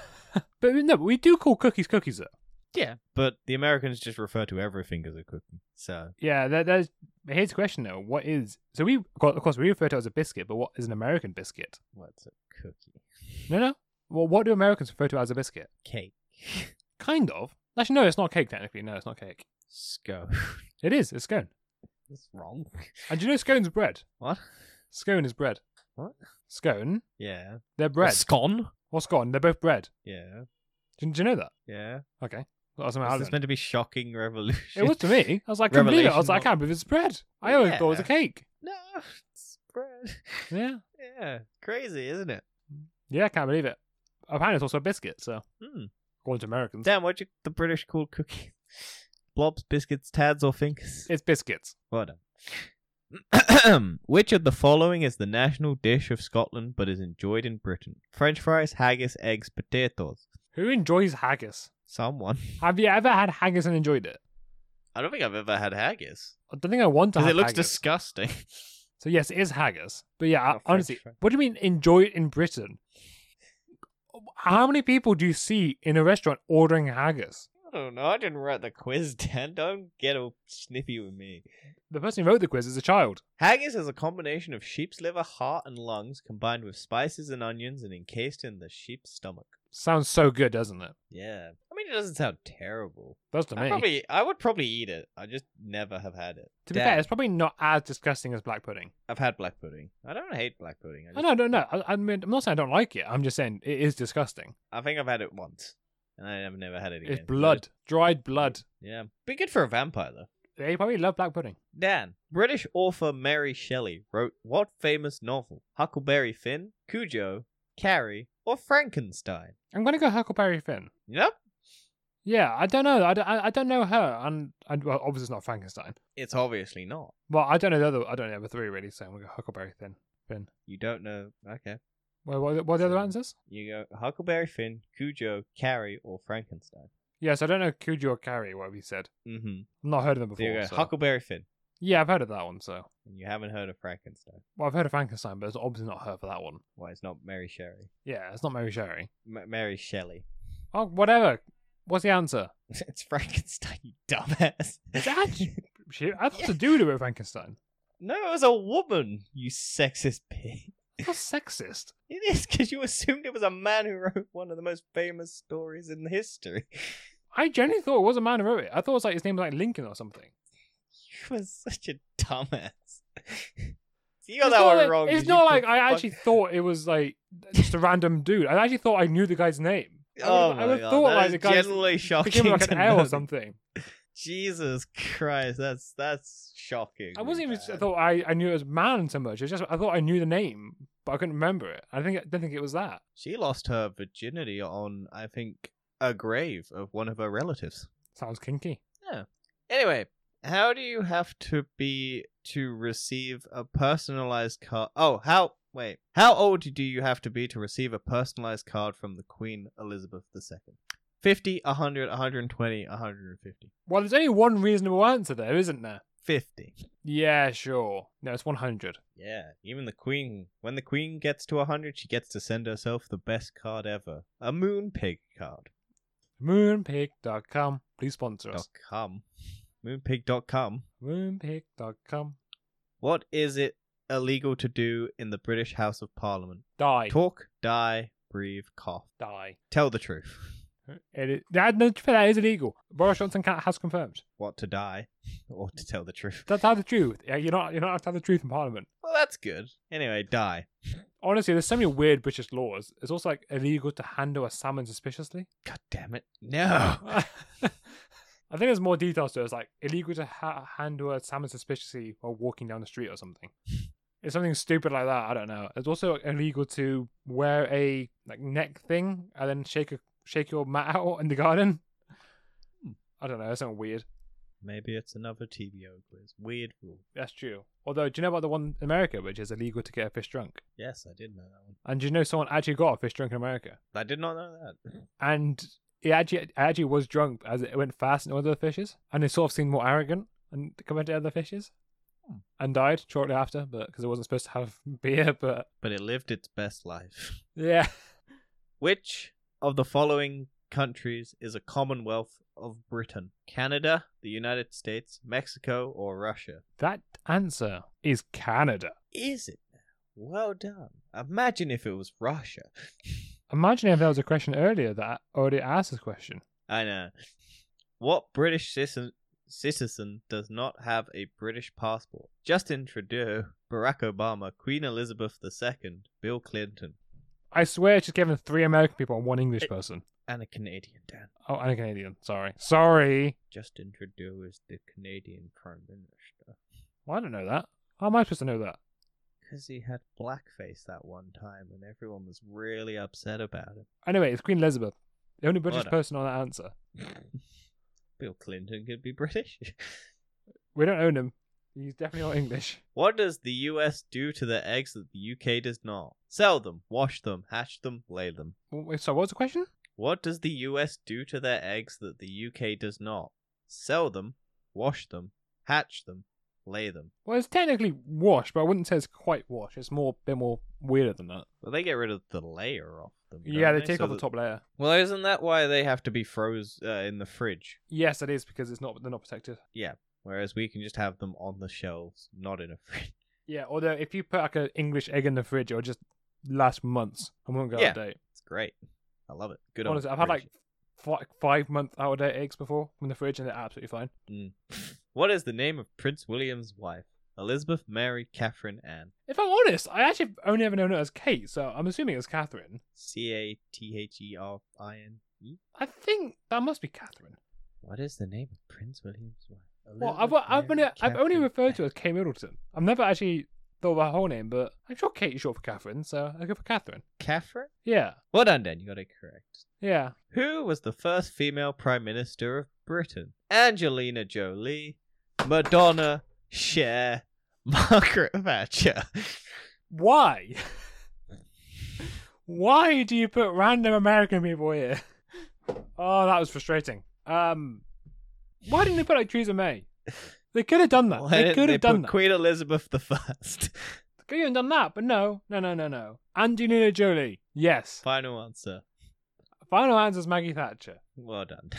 Speaker 2: no, we do call cookies cookies though.
Speaker 1: Yeah, but the Americans just refer to everything as a cookie. So
Speaker 2: Yeah, there, there's. Here's the question though: What is so we of course- of course we refer to it as a biscuit, but what is an American biscuit?
Speaker 1: what's a cookie?
Speaker 2: No, no. Well, what do Americans refer to as a biscuit?
Speaker 1: Cake.
Speaker 2: Kind of. Actually, no, it's not cake technically. No, it's not cake.
Speaker 1: Scone.
Speaker 2: It is. It's scone.
Speaker 1: That's wrong.
Speaker 2: And do you know scone's bread?
Speaker 1: What?
Speaker 2: Scone is bread.
Speaker 1: What?
Speaker 2: Scone.
Speaker 1: Yeah.
Speaker 2: They're bread.
Speaker 1: A scone?
Speaker 2: or scone. They're both bread.
Speaker 1: Yeah.
Speaker 2: Do, do you know that?
Speaker 1: Yeah.
Speaker 2: Okay. Well, that's
Speaker 1: Is
Speaker 2: something I
Speaker 1: this
Speaker 2: didn't.
Speaker 1: meant to be shocking revolution?
Speaker 2: It was to me. I was like, I couldn't believe it. I
Speaker 1: Revelation,
Speaker 2: was like, I can't believe it's bread. I always thought it was a
Speaker 1: Yeah.
Speaker 2: cake.
Speaker 1: No, it's bread.
Speaker 2: Yeah.
Speaker 1: yeah. Crazy, isn't it?
Speaker 2: Yeah, I can't believe it. Apparently, it's also a biscuit, so
Speaker 1: Hmm.
Speaker 2: according to Americans,
Speaker 1: Dan, what do the British call cookies? Blobs, biscuits, tads, or fingers?
Speaker 2: it's biscuits.
Speaker 1: Well done. Which of the following is the national dish of Scotland but is enjoyed in Britain? French fries, haggis, eggs, potatoes.
Speaker 2: Who enjoys haggis?
Speaker 1: Someone.
Speaker 2: Have you ever had haggis and enjoyed it?
Speaker 1: I don't think I've ever had haggis.
Speaker 2: I don't think I want to
Speaker 1: Because
Speaker 2: have
Speaker 1: it looks
Speaker 2: haggis.
Speaker 1: disgusting.
Speaker 2: So yes, it is haggis. But yeah,
Speaker 1: Not
Speaker 2: I- honestly,
Speaker 1: French, right?
Speaker 2: what do you mean enjoy it in Britain? How many people do you see in a restaurant ordering haggis?
Speaker 1: I don't know. I didn't write the quiz, Dan. Don't get all snippy with me.
Speaker 2: The person who wrote the quiz is a child.
Speaker 1: Haggis is a combination of sheep's liver, heart, and lungs combined with spices and onions and encased in the sheep's stomach.
Speaker 2: Sounds so good, doesn't it?
Speaker 1: Yeah. I mean, it doesn't sound terrible.
Speaker 2: Does to
Speaker 1: I
Speaker 2: me.
Speaker 1: probably, I would probably eat it. I just never have had it.
Speaker 2: to be
Speaker 1: Dan.
Speaker 2: fair, it's probably not as disgusting as black pudding.
Speaker 1: I've had black pudding. I don't hate black pudding. I,
Speaker 2: I
Speaker 1: just,
Speaker 2: know, no, no. I, I mean, I'm not saying I don't like it. I'm just saying it is disgusting.
Speaker 1: I think I've had it once, and I have never had it again.
Speaker 2: It's blood, dried blood.
Speaker 1: Yeah, be good for a vampire though.
Speaker 2: They probably love black pudding.
Speaker 1: Dan, British author Mary Shelley wrote what famous novel? Huckleberry Finn, Cujo, Carrie, or Frankenstein?
Speaker 2: I'm gonna go Huckleberry Finn.
Speaker 1: Nope,
Speaker 2: Yeah, I don't know. I don't, I, I don't know her, and, and well, obviously it's not Frankenstein.
Speaker 1: it's obviously not.
Speaker 2: Well, I don't know the other. I don't know the three really. So I'm gonna go Huckleberry Finn. Finn.
Speaker 1: You don't know. Okay,
Speaker 2: Well, what, what are the other
Speaker 1: So-
Speaker 2: answers?
Speaker 1: you go Huckleberry Finn, Cujo, Carrie, or Frankenstein.
Speaker 2: Yes, I don't know Cujo or Carrie. What have you said?
Speaker 1: Mm-hmm.
Speaker 2: I've not heard of uh, them
Speaker 1: So you
Speaker 2: before.
Speaker 1: go
Speaker 2: so-
Speaker 1: Huckleberry Finn,
Speaker 2: Yeah, I've heard of that one. So,
Speaker 1: and you haven't heard of Frankenstein.
Speaker 2: well, I've heard of Frankenstein, but it's obviously not her for that one.
Speaker 1: Why it's not Mary Shelley?
Speaker 2: Yeah, it's not Mary Sherry.
Speaker 1: M- Mary Shelley.
Speaker 2: Oh, whatever. What's the answer?
Speaker 1: It's Frankenstein, you dumbass.
Speaker 2: actually- She, I thought it's a dude who wrote Frankenstein.
Speaker 1: no, it was a woman, you sexist pig.
Speaker 2: That's sexist.
Speaker 1: It is because you assumed it was a man who wrote one of the most famous stories in history.
Speaker 2: I genuinely thought it was a man who wrote it. I thought it was like his name was like Lincoln or something.
Speaker 1: You were such a dumbass. So you got
Speaker 2: It's
Speaker 1: that
Speaker 2: not
Speaker 1: one
Speaker 2: like-
Speaker 1: wrong.
Speaker 2: It's
Speaker 1: 'cause
Speaker 2: not
Speaker 1: you
Speaker 2: like
Speaker 1: could
Speaker 2: I
Speaker 1: fuck-
Speaker 2: actually thought it was like just a random dude. I actually thought I knew the guy's name. I
Speaker 1: Oh
Speaker 2: would've- I
Speaker 1: my
Speaker 2: would've
Speaker 1: god,
Speaker 2: thought
Speaker 1: that
Speaker 2: like
Speaker 1: is
Speaker 2: the guy's
Speaker 1: generally
Speaker 2: I
Speaker 1: shocking.
Speaker 2: gave him like
Speaker 1: to
Speaker 2: an L
Speaker 1: know
Speaker 2: or
Speaker 1: that-
Speaker 2: something.
Speaker 1: Jesus Christ, that's that's shocking. Uh,
Speaker 2: I wasn't even. I
Speaker 1: man.
Speaker 2: thought I, I knew it was man so much. It's just I thought I knew the name, but I couldn't remember it. I think I didn't think it was that.
Speaker 1: She lost her virginity on, I think, a grave of one of her relatives.
Speaker 2: Sounds kinky.
Speaker 1: Anyway, how do you have to be to receive a personalized card? Oh, how wait, how old do you have to be to receive a personalized card from the Queen Elizabeth II? 50, 100, 120, 150.
Speaker 2: Well, there's only one reasonable answer there, isn't there?
Speaker 1: 50.
Speaker 2: Yeah, sure. No, it's 100.
Speaker 1: Yeah, even the Queen, when the Queen gets to 100, she gets to send herself the best card ever. A moon pig card.
Speaker 2: Moonpig.com. Please sponsor us.
Speaker 1: Dot com. Moonpig.com.
Speaker 2: Moonpig.com.
Speaker 1: What is it illegal to do in the British House of Parliament?
Speaker 2: Die.
Speaker 1: Talk, die, breathe, cough.
Speaker 2: Die.
Speaker 1: Tell the truth.
Speaker 2: It is, that, no, to be fair, that is illegal. Boris Johnson ca- has confirmed.
Speaker 1: What to die or to tell the truth?
Speaker 2: That's how the truth. Yeah, You're not, you're not allowed to have the truth in Parliament.
Speaker 1: Well, that's good. Anyway, die.
Speaker 2: Honestly, there's so many weird British laws. It's also like illegal to handle a salmon suspiciously.
Speaker 1: God damn it. No.
Speaker 2: I think there's more details to it. It's like illegal to ha- handle a salmon suspiciously while walking down the street or something. It's something stupid like that. I don't know. It's also illegal to wear a like neck thing and then shake a shake your mat out in the garden. I don't know. That's something weird.
Speaker 1: Maybe it's another TBO quiz. Weird rule.
Speaker 2: That's true. Although, do you know about the one in America which is illegal to get a fish drunk?
Speaker 1: Yes, I did know that one.
Speaker 2: And do you know someone actually got a fish drunk in America?
Speaker 1: I did not know that.
Speaker 2: and it actually it actually was drunk as it went fast in other fishes, and it sort of seemed more arrogant and compared to other fishes,
Speaker 1: Hmm.
Speaker 2: and died shortly after, but because it wasn't supposed to have beer, but
Speaker 1: But it lived its best life.
Speaker 2: yeah,
Speaker 1: Which of the following countries is a Commonwealth of Britain? Canada, the United States, Mexico, or Russia?
Speaker 2: that answer is Canada.
Speaker 1: Is it? Well done. Imagine if it was Russia.
Speaker 2: Imagine if there was a question earlier that already asked this question.
Speaker 1: I know. What British citizen, citizen does not have a British passport? Justin Trudeau, Barack Obama, Queen Elizabeth II, Bill Clinton,
Speaker 2: I swear, it's just given three American people and one English
Speaker 1: It-
Speaker 2: person.
Speaker 1: and a Canadian, Dan.
Speaker 2: Oh, and a Canadian. Sorry, sorry.
Speaker 1: Justin Trudeau is the Canadian Prime Minister.
Speaker 2: Well, I don't know that. How am I supposed to know that?
Speaker 1: Because he had blackface that one time and everyone was really upset about it.
Speaker 2: Anyway, it's Queen Elizabeth, the only British
Speaker 1: Order.
Speaker 2: person on that answer.
Speaker 1: Bill Clinton could be British.
Speaker 2: We don't own him. He's definitely not English.
Speaker 1: What does the US do to the eggs that the UK does not? Sell them, wash them, hatch them, lay them.
Speaker 2: Well, wait, sorry, what was the question?
Speaker 1: What does the US do to their eggs that the UK does not? Sell them, wash them, hatch them, lay them.
Speaker 2: Well, it's technically wash, but I wouldn't say it's quite wash. It's more bit more weirder than that.
Speaker 1: Well, they get rid of the layer off them.
Speaker 2: yeah,
Speaker 1: don't
Speaker 2: they take
Speaker 1: So
Speaker 2: off the
Speaker 1: that-
Speaker 2: top layer.
Speaker 1: Well, isn't that why they have to be froze uh, in the fridge?
Speaker 2: Yes, it is because it's not they're not protected.
Speaker 1: Whereas we can just have them on the shelves, not in a fridge.
Speaker 2: Yeah, although if you put like an English egg in the fridge, it'll just last months and won't go
Speaker 1: Yeah.
Speaker 2: out of date.
Speaker 1: It's great. I love it. Good
Speaker 2: Honestly,
Speaker 1: old
Speaker 2: I've had like
Speaker 1: fridge.
Speaker 2: five, five month out of date eggs before from the fridge, and they're absolutely fine.
Speaker 1: Mm. what is the name of Prince William's wife? Elizabeth Mary Catherine Anne.
Speaker 2: If I'm honest, I actually only ever known it as Kate, so I'm assuming it's Catherine.
Speaker 1: C A T H E R I N E?
Speaker 2: I think that must be Catherine.
Speaker 1: What is the name of Prince William's wife?
Speaker 2: Well, I've, I've, been, I've only referred to her as Kay Middleton. I've never actually thought of her whole name, but I'm sure Kate is short for Catherine, so I go for Catherine.
Speaker 1: Catherine.
Speaker 2: Yeah,
Speaker 1: Well done, Dan. You got it correct.
Speaker 2: yeah.
Speaker 1: Who was the first female prime minister of Britain? Angelina Jolie, Madonna, Cher, Margaret Thatcher.
Speaker 2: Why? Why do you put random American people here? Oh, that was frustrating. Um, why didn't they put like Theresa May? They could have done that.
Speaker 1: Why
Speaker 2: they
Speaker 1: didn't
Speaker 2: could have
Speaker 1: put
Speaker 2: done that.
Speaker 1: Queen Elizabeth the First.
Speaker 2: They could have done that, but no, no, no, no, no. Angelina Jolie. Yes.
Speaker 1: Final answer.
Speaker 2: Final answer is Maggie Thatcher.
Speaker 1: Well done.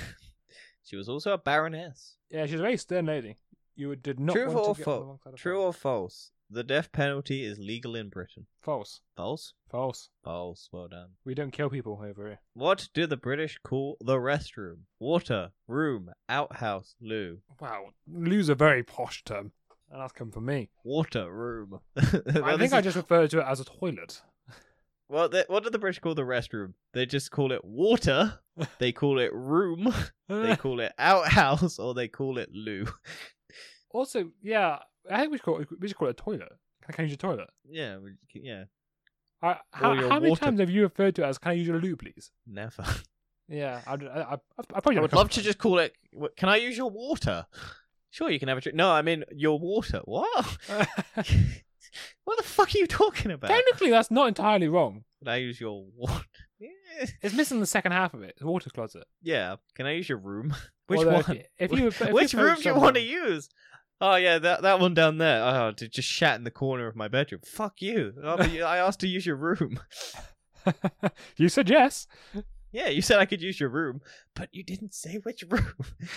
Speaker 1: she was also a baroness.
Speaker 2: Yeah, she's a very stern lady. You did not
Speaker 1: True
Speaker 2: want
Speaker 1: or
Speaker 2: to get on the
Speaker 1: false?
Speaker 2: wrong side of
Speaker 1: True
Speaker 2: her.
Speaker 1: or false? The death penalty is legal in Britain.
Speaker 2: false?
Speaker 1: False.
Speaker 2: False.
Speaker 1: False. Well done.
Speaker 2: We don't kill people over here.
Speaker 1: What do the British call the restroom? Water, room, outhouse, loo.
Speaker 2: Wow, lose a very posh term, and that's come from me.
Speaker 1: Water room.
Speaker 2: I think I just referred to it as a toilet.
Speaker 1: Well, they, what do the British call the restroom? They just call it water. they call it room. They call it outhouse, or they call it loo.
Speaker 2: also, yeah, I think we should call it, we should call it a toilet. Can I, can I use your toilet?
Speaker 1: Yeah, we- yeah.
Speaker 2: I, how
Speaker 1: your
Speaker 2: how many
Speaker 1: water.
Speaker 2: times have you referred to it as "Can I use your loo, please"?
Speaker 1: Never.
Speaker 2: Yeah, I, I, I, I, I probably
Speaker 1: I
Speaker 2: done
Speaker 1: would
Speaker 2: a
Speaker 1: love
Speaker 2: couple
Speaker 1: to
Speaker 2: times.
Speaker 1: just call it. what- Can I use your water? Sure, you can have a drink. No, I mean your water. What? what the fuck are you talking about?
Speaker 2: Technically, that's not entirely wrong.
Speaker 1: Can I use your water?
Speaker 2: It's missing the second half of it. The water closet.
Speaker 1: yeah. Can I use your room? Which
Speaker 2: Although
Speaker 1: one?
Speaker 2: if you- If, you, if you
Speaker 1: Which room
Speaker 2: approach
Speaker 1: do you want to
Speaker 2: someone-
Speaker 1: use? Oh yeah, that that one down there. Oh, it just shat in the corner of my bedroom. Fuck you. Oh, but you- I asked to use your room.
Speaker 2: you said yes.
Speaker 1: Yeah, you said I could use your room, but you didn't say which room.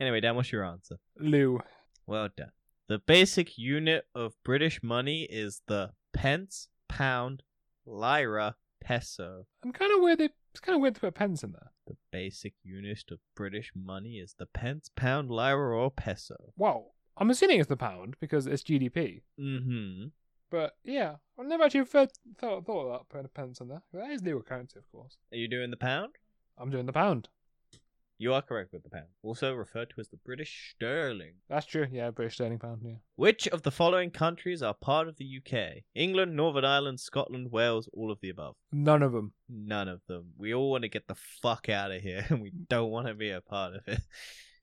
Speaker 1: anyway, Dan, what's your answer?
Speaker 2: Lou.
Speaker 1: Well done. The basic unit of British money is the pence, pound, lira, peso.
Speaker 2: I'm kind of weird. They, it's kind of weird to put pence in there.
Speaker 1: The basic unit of British money is the pence, pound, lira, or peso.
Speaker 2: Well, I'm assuming it's the pound because it's GDP.
Speaker 1: Mm-hmm.
Speaker 2: But yeah, I've never actually thought thought, thought of that putting a pence on there. That is legal currency, of course.
Speaker 1: Are you doing the pound?
Speaker 2: I'm doing the pound.
Speaker 1: You are correct with the pound. Also referred to as the British sterling.
Speaker 2: That's true. Yeah, British sterling pound. Yeah.
Speaker 1: Which of the following countries are part of the UK? England, Northern Ireland, Scotland, Wales, all of the above.
Speaker 2: None of them.
Speaker 1: None of them. We all want to get the fuck out of here and we don't want to be a part of it.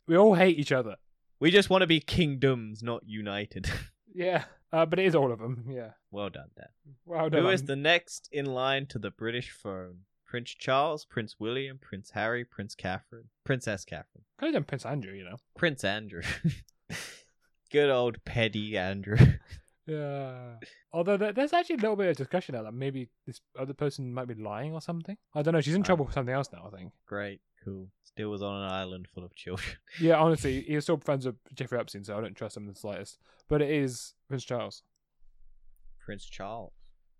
Speaker 2: We all hate each other.
Speaker 1: We just want to be kingdoms, not united.
Speaker 2: Yeah. Uh, but it is all of them. Yeah.
Speaker 1: well done, Dan.
Speaker 2: Well
Speaker 1: Who
Speaker 2: done. um,
Speaker 1: is the next in line to the British throne? Prince Charles, Prince William, Prince Harry, Prince Catherine, Princess Catherine,
Speaker 2: Could have done Prince Andrew, you know.
Speaker 1: Prince Andrew. Good old petty Andrew.
Speaker 2: Yeah. Although there, there's actually a little bit of discussion now that maybe this other person might be lying or something. I don't know. She's in
Speaker 1: Oh.
Speaker 2: trouble for something else now. I think.
Speaker 1: Great, cool. Still was on an island full of children.
Speaker 2: Yeah. Honestly, he was still friends with Jeffrey Epstein, so I don't trust him in the slightest. But it is Prince Charles.
Speaker 1: Prince Charles.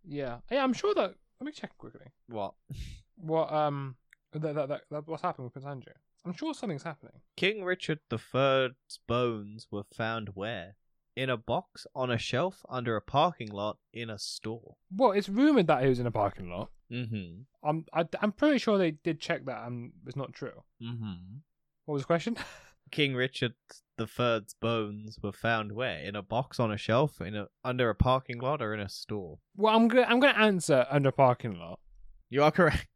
Speaker 2: Yeah. Yeah. I'm sure that. Let me check quickly.
Speaker 1: What?
Speaker 2: What um. That, that, that, that, what's happened with Prince Andrew? I'm sure something's happening.
Speaker 1: King Richard III's bones were found where? In a box, on a shelf, under a parking lot, in a store.
Speaker 2: Well, it's rumored that he was in a parking lot.
Speaker 1: Mm
Speaker 2: I'm I, am i am pretty sure they did check that and it's not true.
Speaker 1: hmm. Mm hmm.
Speaker 2: What was the question?
Speaker 1: King Richard III's bones were found where? In a box on a shelf, in a under a parking lot, or in a store?
Speaker 2: well, I'm gonna I'm gonna answer under parking lot,
Speaker 1: You are correct.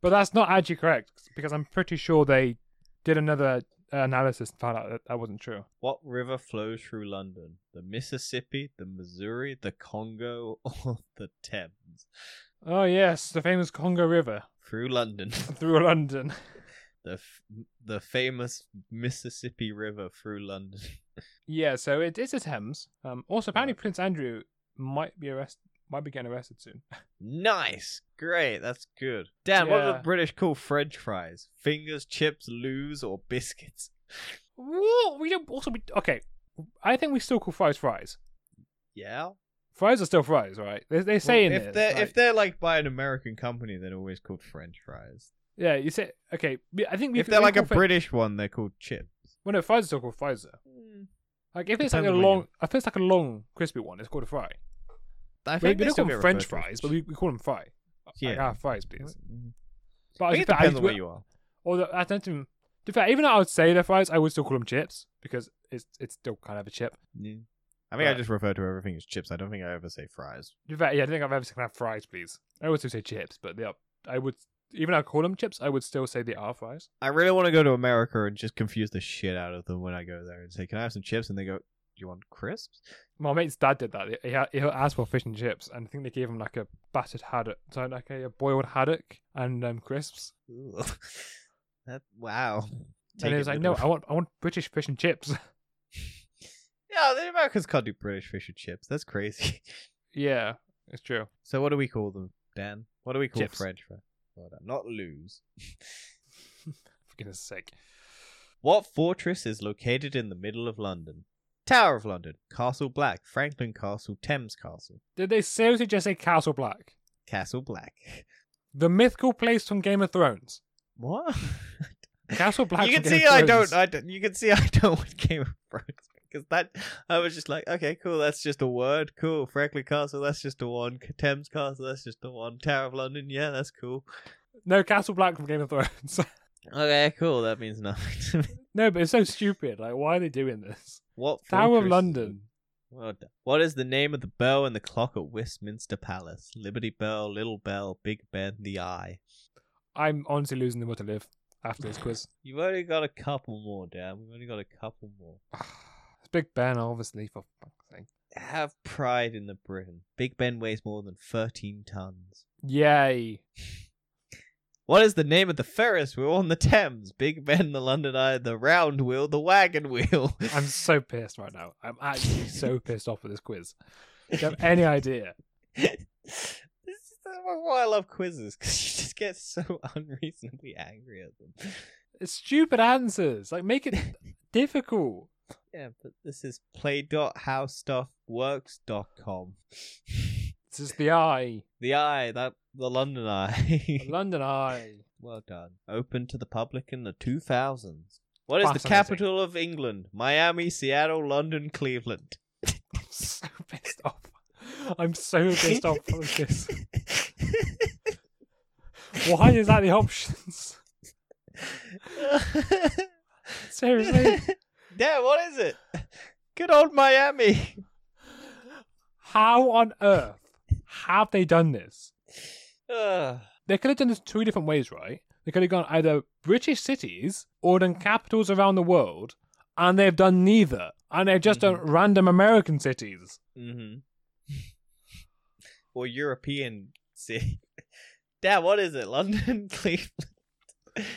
Speaker 2: but that's not actually correct because I'm pretty sure they did another uh, analysis and found out that that wasn't true.
Speaker 1: What river flows through London? The Mississippi, the Missouri, the Congo, or the Thames?
Speaker 2: Oh yes, the famous Congo River
Speaker 1: Through London,
Speaker 2: through London.
Speaker 1: the f- the famous Mississippi River through London.
Speaker 2: yeah, so it is the Thames. Um, also apparently Prince Andrew might be arrested, might be getting arrested soon.
Speaker 1: nice, great, that's good. Dan, what do the
Speaker 2: Yeah.
Speaker 1: British call French fries? Fingers, chips, loos, or biscuits?
Speaker 2: Whoa, we don't also we, okay. I think we still call fries fries.
Speaker 1: Yeah.
Speaker 2: Fries are still fries, right? They, they say in
Speaker 1: if
Speaker 2: this,
Speaker 1: they're
Speaker 2: like-
Speaker 1: if they're like by an American company, they're always called French fries.
Speaker 2: Yeah, you say okay. we- I think we,
Speaker 1: if they're
Speaker 2: we
Speaker 1: like a
Speaker 2: call fi-
Speaker 1: British one, they're called Hmm. chips.
Speaker 2: well, no, fries are still called fries though. Like if it's like
Speaker 1: Depends
Speaker 2: a
Speaker 1: on when
Speaker 2: long,
Speaker 1: you-
Speaker 2: if it's like a long crispy one, it's called a fry.
Speaker 1: I
Speaker 2: We,
Speaker 1: think
Speaker 2: we
Speaker 1: they
Speaker 2: don't
Speaker 1: still
Speaker 2: call them
Speaker 1: get
Speaker 2: French
Speaker 1: referred to as
Speaker 2: fries, but we, we call them fry.
Speaker 1: Yeah.
Speaker 2: like, ah, fries, please.
Speaker 1: chips. Mm.
Speaker 2: But
Speaker 1: I
Speaker 2: I
Speaker 1: think it
Speaker 2: just I
Speaker 1: depends
Speaker 2: just-
Speaker 1: on where you are.
Speaker 2: Although I don't even, to be fair, even though I would say they're fries, I would still call them chips because it's it's still kind of a chip.
Speaker 1: Yeah. I think I
Speaker 2: But-
Speaker 1: just refer to everything as chips. I don't think I ever say fries.
Speaker 2: To be fair, yeah, I don't think I've ever said "Can I have fries, please. I would still say chips, but they are. I would even though I call them chips, I would still say they are fries.
Speaker 1: I really want to go to America and just confuse the shit out of them when I go there and say, "Can I have some chips?" And they go, "Do you want crisps?"
Speaker 2: My mate's dad did that. He, he, he asked for fish and chips, and I think they gave him like a battered haddock, so like a, boiled haddock and um, crisps.
Speaker 1: Ugh. that wow. Take
Speaker 2: and he
Speaker 1: it
Speaker 2: was like,
Speaker 1: with
Speaker 2: "No,
Speaker 1: a-
Speaker 2: I want I want British fish and chips."
Speaker 1: yeah, the Americans can't do British fish and chips. That's crazy.
Speaker 2: yeah, it's true.
Speaker 1: So what do we call them, Dan? What do we call
Speaker 2: Chips.
Speaker 1: French fries? Well done. Not lose.
Speaker 2: For goodness' sake,
Speaker 1: what fortress is located in the middle of London? Tower of London, Castle Black, Franklin Castle, Thames Castle,
Speaker 2: did they seriously just say Castle Black,
Speaker 1: Castle Black.
Speaker 2: the mythical place from Game of Thrones?
Speaker 1: What?
Speaker 2: Castle Black.
Speaker 1: you
Speaker 2: from
Speaker 1: can
Speaker 2: Game
Speaker 1: see
Speaker 2: of
Speaker 1: I don't.
Speaker 2: Thrones.
Speaker 1: I don't. You can see I don't want Game of Thrones because that I was just like, okay, cool. That's just a word. Cool. Franklin Castle. That's just a one. Thames Castle. That's just a one. Tower of London. Yeah, that's cool.
Speaker 2: No, Castle Black from Game of Thrones.
Speaker 1: Okay, cool. That means nothing to me.
Speaker 2: no, but it's so stupid. Like, why are they doing this?
Speaker 1: What fortress
Speaker 2: Tower of
Speaker 1: is-
Speaker 2: London.
Speaker 1: Well done. What is the name of the bell and the clock at Westminster Palace? Liberty Bell, Little Bell, Big Ben, the Eye.
Speaker 2: I'm honestly losing the will to live after this quiz.
Speaker 1: You've only got a couple more, Dan. We've only got a couple more.
Speaker 2: it's Big Ben, obviously. For fuck's sake.
Speaker 1: Have pride in the Britain. Big Ben weighs more than 13 tons.
Speaker 2: Yay.
Speaker 1: What is the name of the Ferris wheel on the Thames? Big Ben, the London Eye, the Round Wheel, the Wagon Wheel.
Speaker 2: I'm so pissed right now. I'm actually so pissed off with this quiz. Do you have any idea?
Speaker 1: this is why I love quizzes, because you just get so unreasonably angry at them.
Speaker 2: It's stupid answers. Like, make it difficult.
Speaker 1: Yeah, but this is play.howstuffworks.com.
Speaker 2: It's just the eye,
Speaker 1: the eye, that the London eye.
Speaker 2: the London eye.
Speaker 1: Well done. Open to the public in the 2000s. What is the
Speaker 2: Fascinating.
Speaker 1: capital of England? Miami, Seattle, London, Cleveland.
Speaker 2: I'm so pissed off. I'm so pissed off with this. Why is that the options? Seriously?
Speaker 1: yeah, what is it? Good old Miami.
Speaker 2: How on earth have they done this?
Speaker 1: Ugh.
Speaker 2: They could have done this two different ways, right? They could have gone either British cities or done capitals around the world, and they've done neither. And they've just done random American cities.
Speaker 1: Mm-hmm. or European city. Dad, what is it? London, Cleveland,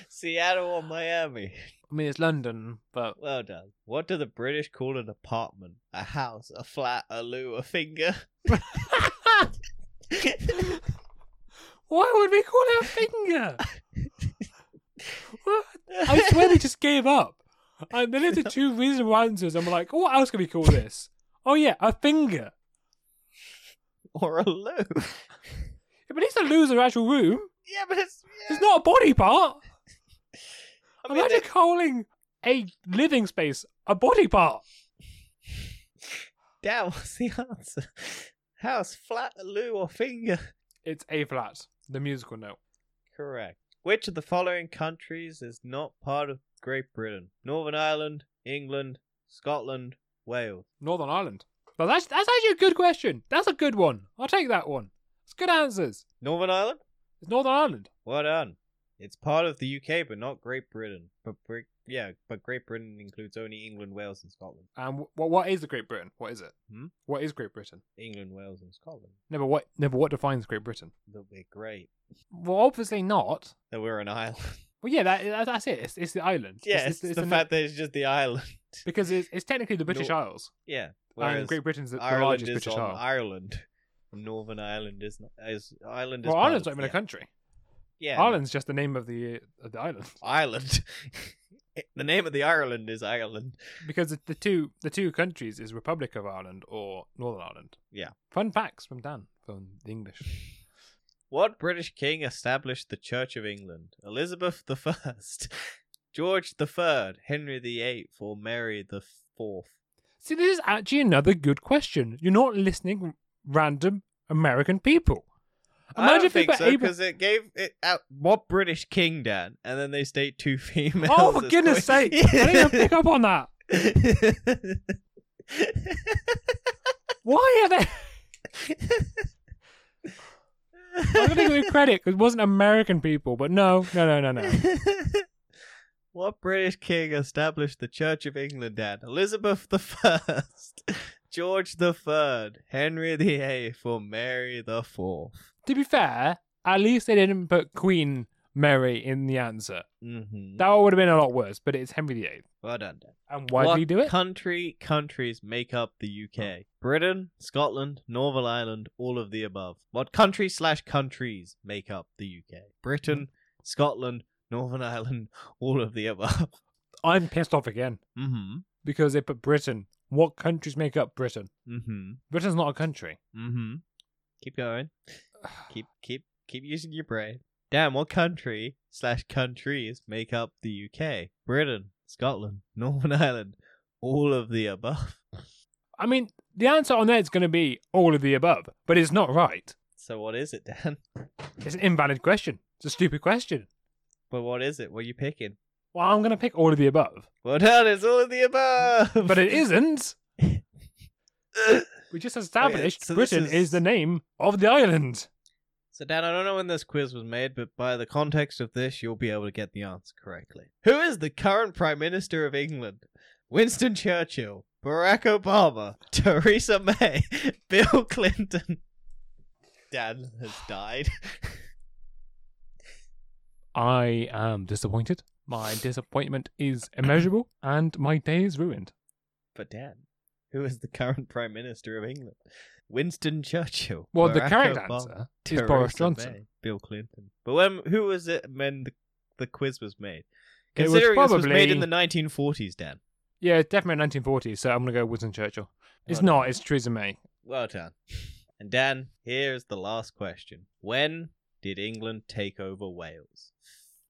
Speaker 1: Seattle, or Miami?
Speaker 2: I mean, it's London, but
Speaker 1: Well done. What do the British call an apartment? A house, a flat, a loo, a finger?
Speaker 2: why would we call it a finger? What? I swear they just gave up. And they did the two reasonable answers, and we're like, what else can we call this? Oh, yeah, a finger.
Speaker 1: or a loo?
Speaker 2: Yeah, But it's a loser actual room.
Speaker 1: Yeah, but it's. Yeah.
Speaker 2: It's not a body part.
Speaker 1: I mean,
Speaker 2: Imagine calling a living space a body part.
Speaker 1: they- Dad, what's the answer? House, flat, a loo, or finger?
Speaker 2: It's A flat, the musical note.
Speaker 1: Correct. Which of the following countries is not part of Great Britain? Northern Ireland, England, Scotland, Wales.
Speaker 2: Northern Ireland. But that's that's actually a good question. That's a good one. I'll take that one. It's good answers.
Speaker 1: Northern Ireland?
Speaker 2: It's Northern Ireland.
Speaker 1: Well done. It's part of the UK, but not Great Britain. But Br- yeah, but Great Britain includes only England, Wales, and Scotland.
Speaker 2: And um, what what is the Great Britain? What is it?
Speaker 1: Hmm?
Speaker 2: What is Great Britain?
Speaker 1: England, Wales, and Scotland.
Speaker 2: Never what never what defines Great Britain?
Speaker 1: That we're great.
Speaker 2: Well, obviously not.
Speaker 1: That we're an island.
Speaker 2: Well, yeah, that, that that's it. It's, it's the island.
Speaker 1: Yeah, it's, the fact that it's just the island.
Speaker 2: because it's, it's technically the British
Speaker 1: No,
Speaker 2: Isles,
Speaker 1: Yeah.
Speaker 2: and
Speaker 1: Whereas
Speaker 2: Great Britain's the, the
Speaker 1: Ireland
Speaker 2: largest
Speaker 1: is
Speaker 2: British
Speaker 1: on
Speaker 2: Isle.
Speaker 1: Ireland. Northern Ireland is not. Is, Ireland is.
Speaker 2: well,
Speaker 1: part
Speaker 2: Ireland's
Speaker 1: of-
Speaker 2: not even
Speaker 1: yeah.
Speaker 2: a country.
Speaker 1: Yeah.
Speaker 2: Ireland's just the name of the of the island
Speaker 1: Ireland. the name of the Ireland is Ireland.
Speaker 2: because the, the two the two countries is Republic of Ireland or Northern Ireland.
Speaker 1: Yeah.
Speaker 2: Fun facts from Dan from the English.
Speaker 1: What British king established the Church of England? Elizabeth the First, George the Third, Henry the Eighth, or Mary the Fourth?
Speaker 2: See, this is actually another good question. You're not listening, random American people.
Speaker 1: I don't
Speaker 2: if they
Speaker 1: think
Speaker 2: were
Speaker 1: so because it gave it out what British king, Dan, and then they state two females.
Speaker 2: Oh, for
Speaker 1: as
Speaker 2: goodness'
Speaker 1: queen.
Speaker 2: sake! I didn't even pick up on that. Why are they? I'm going to give you credit because it wasn't American people, but no, no, no, no, no.
Speaker 1: what British king established the Church of England at? Elizabeth the First, George the Third, Henry the Eighth, or Mary the Fourth?
Speaker 2: to be fair, at least they didn't put Queen Mary in the answer.
Speaker 1: Mm-hmm.
Speaker 2: That would have been a lot worse, but it's Henry VIII.
Speaker 1: Well done, Dan.
Speaker 2: And why
Speaker 1: what
Speaker 2: did he do it? Oh.
Speaker 1: Country countries make up the UK: Britain, Scotland, Northern Ireland, all of the above. What country slash countries make up the UK? Britain,
Speaker 2: Hmm.
Speaker 1: Scotland, Northern Ireland, all of the above.
Speaker 2: I'm pissed off again
Speaker 1: Mm-hmm.
Speaker 2: because they put Britain. What countries make up Britain?
Speaker 1: Mm-hmm.
Speaker 2: Britain's not a country.
Speaker 1: Mm-hmm. Keep going. keep keep keep using your brain. Damn, what country slash countries make up the UK? Britain, Scotland, Northern Ireland, all of the above.
Speaker 2: I mean, the answer on there is going to be all of the above, but it's not right.
Speaker 1: So what is it, Dan?
Speaker 2: It's an invalid question. It's a stupid question.
Speaker 1: But what is it? What are you picking?
Speaker 2: Well, I'm going to pick all of the above,
Speaker 1: Well done, it's all of the above.
Speaker 2: but it isn't. We just established
Speaker 1: so this
Speaker 2: Britain
Speaker 1: is-
Speaker 2: is... the name of the island.
Speaker 1: So Dan, I don't know when this quiz was made, but by the context of this, you'll be able to get the answer correctly. Who is the current Prime Minister of England? Winston Churchill, Barack Obama, Theresa May, Bill Clinton. Dan has died.
Speaker 2: I am disappointed. My disappointment is immeasurable, and my day is ruined.
Speaker 1: But Dan, who is the current Prime Minister of England? Winston Churchill.
Speaker 2: Well, the
Speaker 1: Barack
Speaker 2: correct
Speaker 1: Obama,
Speaker 2: answer is
Speaker 1: Theresa
Speaker 2: Boris Johnson.
Speaker 1: May, Bill Clinton. But when who was it when the, the quiz was made?
Speaker 2: It was
Speaker 1: Considering this was made in
Speaker 2: probably-
Speaker 1: the 1940s, Dan.
Speaker 2: Yeah, it's definitely 1940s, so I'm going to go Winston Churchill. It's
Speaker 1: Well done.
Speaker 2: not, it's Theresa May.
Speaker 1: Well done. And Dan, here's the last question. When did England take over Wales?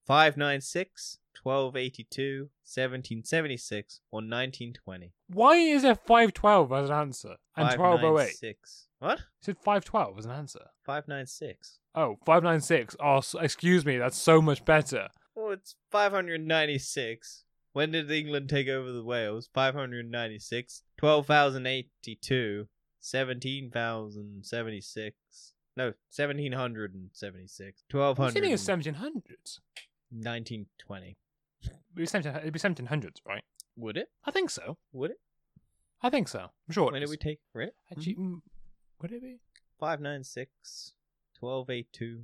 Speaker 1: 596, 1282, 1776, or 1920.
Speaker 2: Why is there 512 as an answer and 1208?
Speaker 1: 596. What?
Speaker 2: You said 512 as an answer.
Speaker 1: 596.
Speaker 2: Oh, 596. Oh, s- excuse me, that's so much better.
Speaker 1: Well, it's 596. When did England take over the Wales? 596. 12,082. 17,076. No, 1,776.
Speaker 2: I'm assuming
Speaker 1: 1,200.
Speaker 2: it's 1700s.
Speaker 1: 1920.
Speaker 2: It'd be 17 it'd be 1700s, right?
Speaker 1: Would it?
Speaker 2: I think so.
Speaker 1: Would it?
Speaker 2: I think so. I'm sure it
Speaker 1: When
Speaker 2: is.
Speaker 1: did we take Hmm? it?
Speaker 2: Actually, mm, would it be?
Speaker 1: 596. 1282.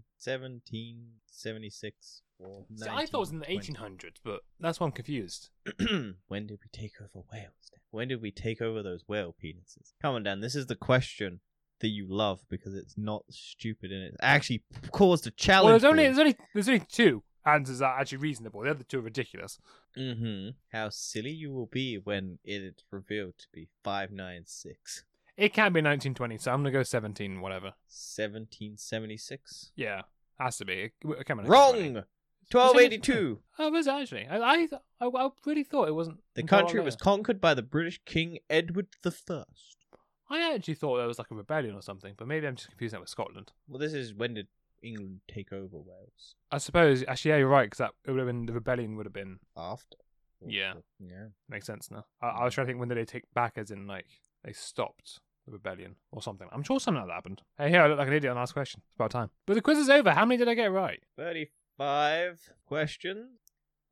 Speaker 1: 1776. Or
Speaker 2: See, I thought it was in the
Speaker 1: 1920.
Speaker 2: 1800s, but that's why I'm confused.
Speaker 1: when did we take over Wales? When did we take over those whale penises? Come on, Dan. This is the question that you love because it's not stupid and it actually caused a challenge.
Speaker 2: Well, there's only there's only there's only two answers that are actually reasonable. The other two are ridiculous.
Speaker 1: hmm How silly you will be when it's revealed to be 596.
Speaker 2: It can't be 1920, so I'm gonna go 17, whatever.
Speaker 1: 1776.
Speaker 2: Yeah, has to be. It, it can't be 1920.
Speaker 1: Wrong!
Speaker 2: It's
Speaker 1: 1282!
Speaker 2: Oh, was it actually? I, I I I really thought it wasn't.
Speaker 1: The
Speaker 2: until
Speaker 1: country was
Speaker 2: later.
Speaker 1: conquered by the British King Edward the First.
Speaker 2: I actually thought there was like a rebellion or something, but maybe I'm just confusing that with Scotland.
Speaker 1: Well, this is when did England take over Wales?
Speaker 2: I suppose actually, yeah, you're right because that it would have been the rebellion would have been
Speaker 1: After.
Speaker 2: Yeah.
Speaker 1: Yeah.
Speaker 2: makes sense now. I, I was trying to think when did they take back as in like they stopped the rebellion or something. I'm sure something like that happened. Hey, here I look like an idiot on the last question. It's about time. But the quiz is over. How many did I get right?
Speaker 1: 35 questions.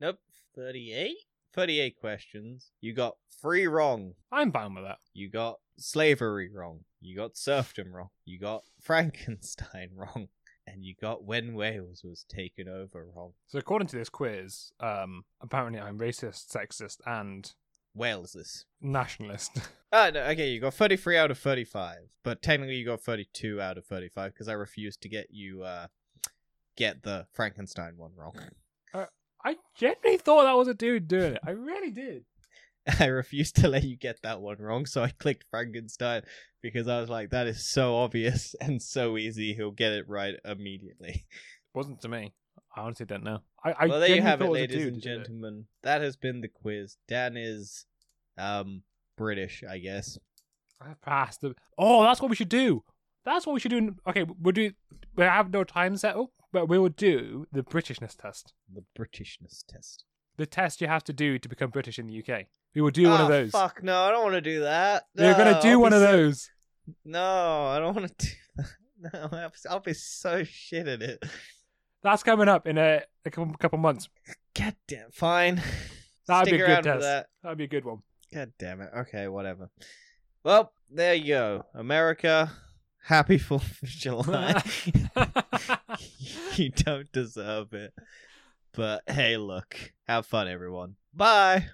Speaker 1: Nope, 38? 38 questions. You got free wrong.
Speaker 2: I'm fine with that.
Speaker 1: You got slavery wrong. You got serfdom wrong. You got Frankenstein wrong. And you got when Wales was taken over wrong.
Speaker 2: So according to this quiz, um, apparently I'm racist, sexist, and
Speaker 1: Wales is.
Speaker 2: nationalist.
Speaker 1: Ah, no, okay, you got 33 out of 35. But technically you got 32 out of 35 because I refused to get you, uh, get the Frankenstein one wrong.
Speaker 2: I genuinely thought that was a dude doing it. I really did.
Speaker 1: I refused to let you get that one wrong, so I clicked Frankenstein because I was like, that is so obvious and so easy. He'll get it right immediately.
Speaker 2: Wasn't to me. I honestly don't know. I, I
Speaker 1: well, there you
Speaker 2: genuinely
Speaker 1: have
Speaker 2: thought
Speaker 1: it,
Speaker 2: was a
Speaker 1: ladies
Speaker 2: dude
Speaker 1: and
Speaker 2: who did it.
Speaker 1: gentlemen. That has been the quiz. Dan is, um, British, I guess.
Speaker 2: I've passed the. Oh, that's what we should do. That's what we should do. in- Okay, we'll do. We have no time set up, but we will do the Britishness test.
Speaker 1: The Britishness test.
Speaker 2: The test you have to do to become British in the UK. We will do one of
Speaker 1: Ah,
Speaker 2: those.
Speaker 1: Fuck no! I don't want to do that.
Speaker 2: We're
Speaker 1: No,
Speaker 2: gonna do
Speaker 1: I'll
Speaker 2: one
Speaker 1: be
Speaker 2: of
Speaker 1: so-
Speaker 2: those.
Speaker 1: No, I don't want to do. That. No, I'll be- I'll be so shit at it.
Speaker 2: That's coming up in a, a couple, couple months.
Speaker 1: God damn. Fine.
Speaker 2: That'd be
Speaker 1: Stick
Speaker 2: a good
Speaker 1: around for
Speaker 2: test.
Speaker 1: that.
Speaker 2: That'd be a good one.
Speaker 1: God damn it. Okay, whatever. Well, there you go. America, happy 4th of July. you don't deserve it. But hey, look. Have fun, everyone. Bye.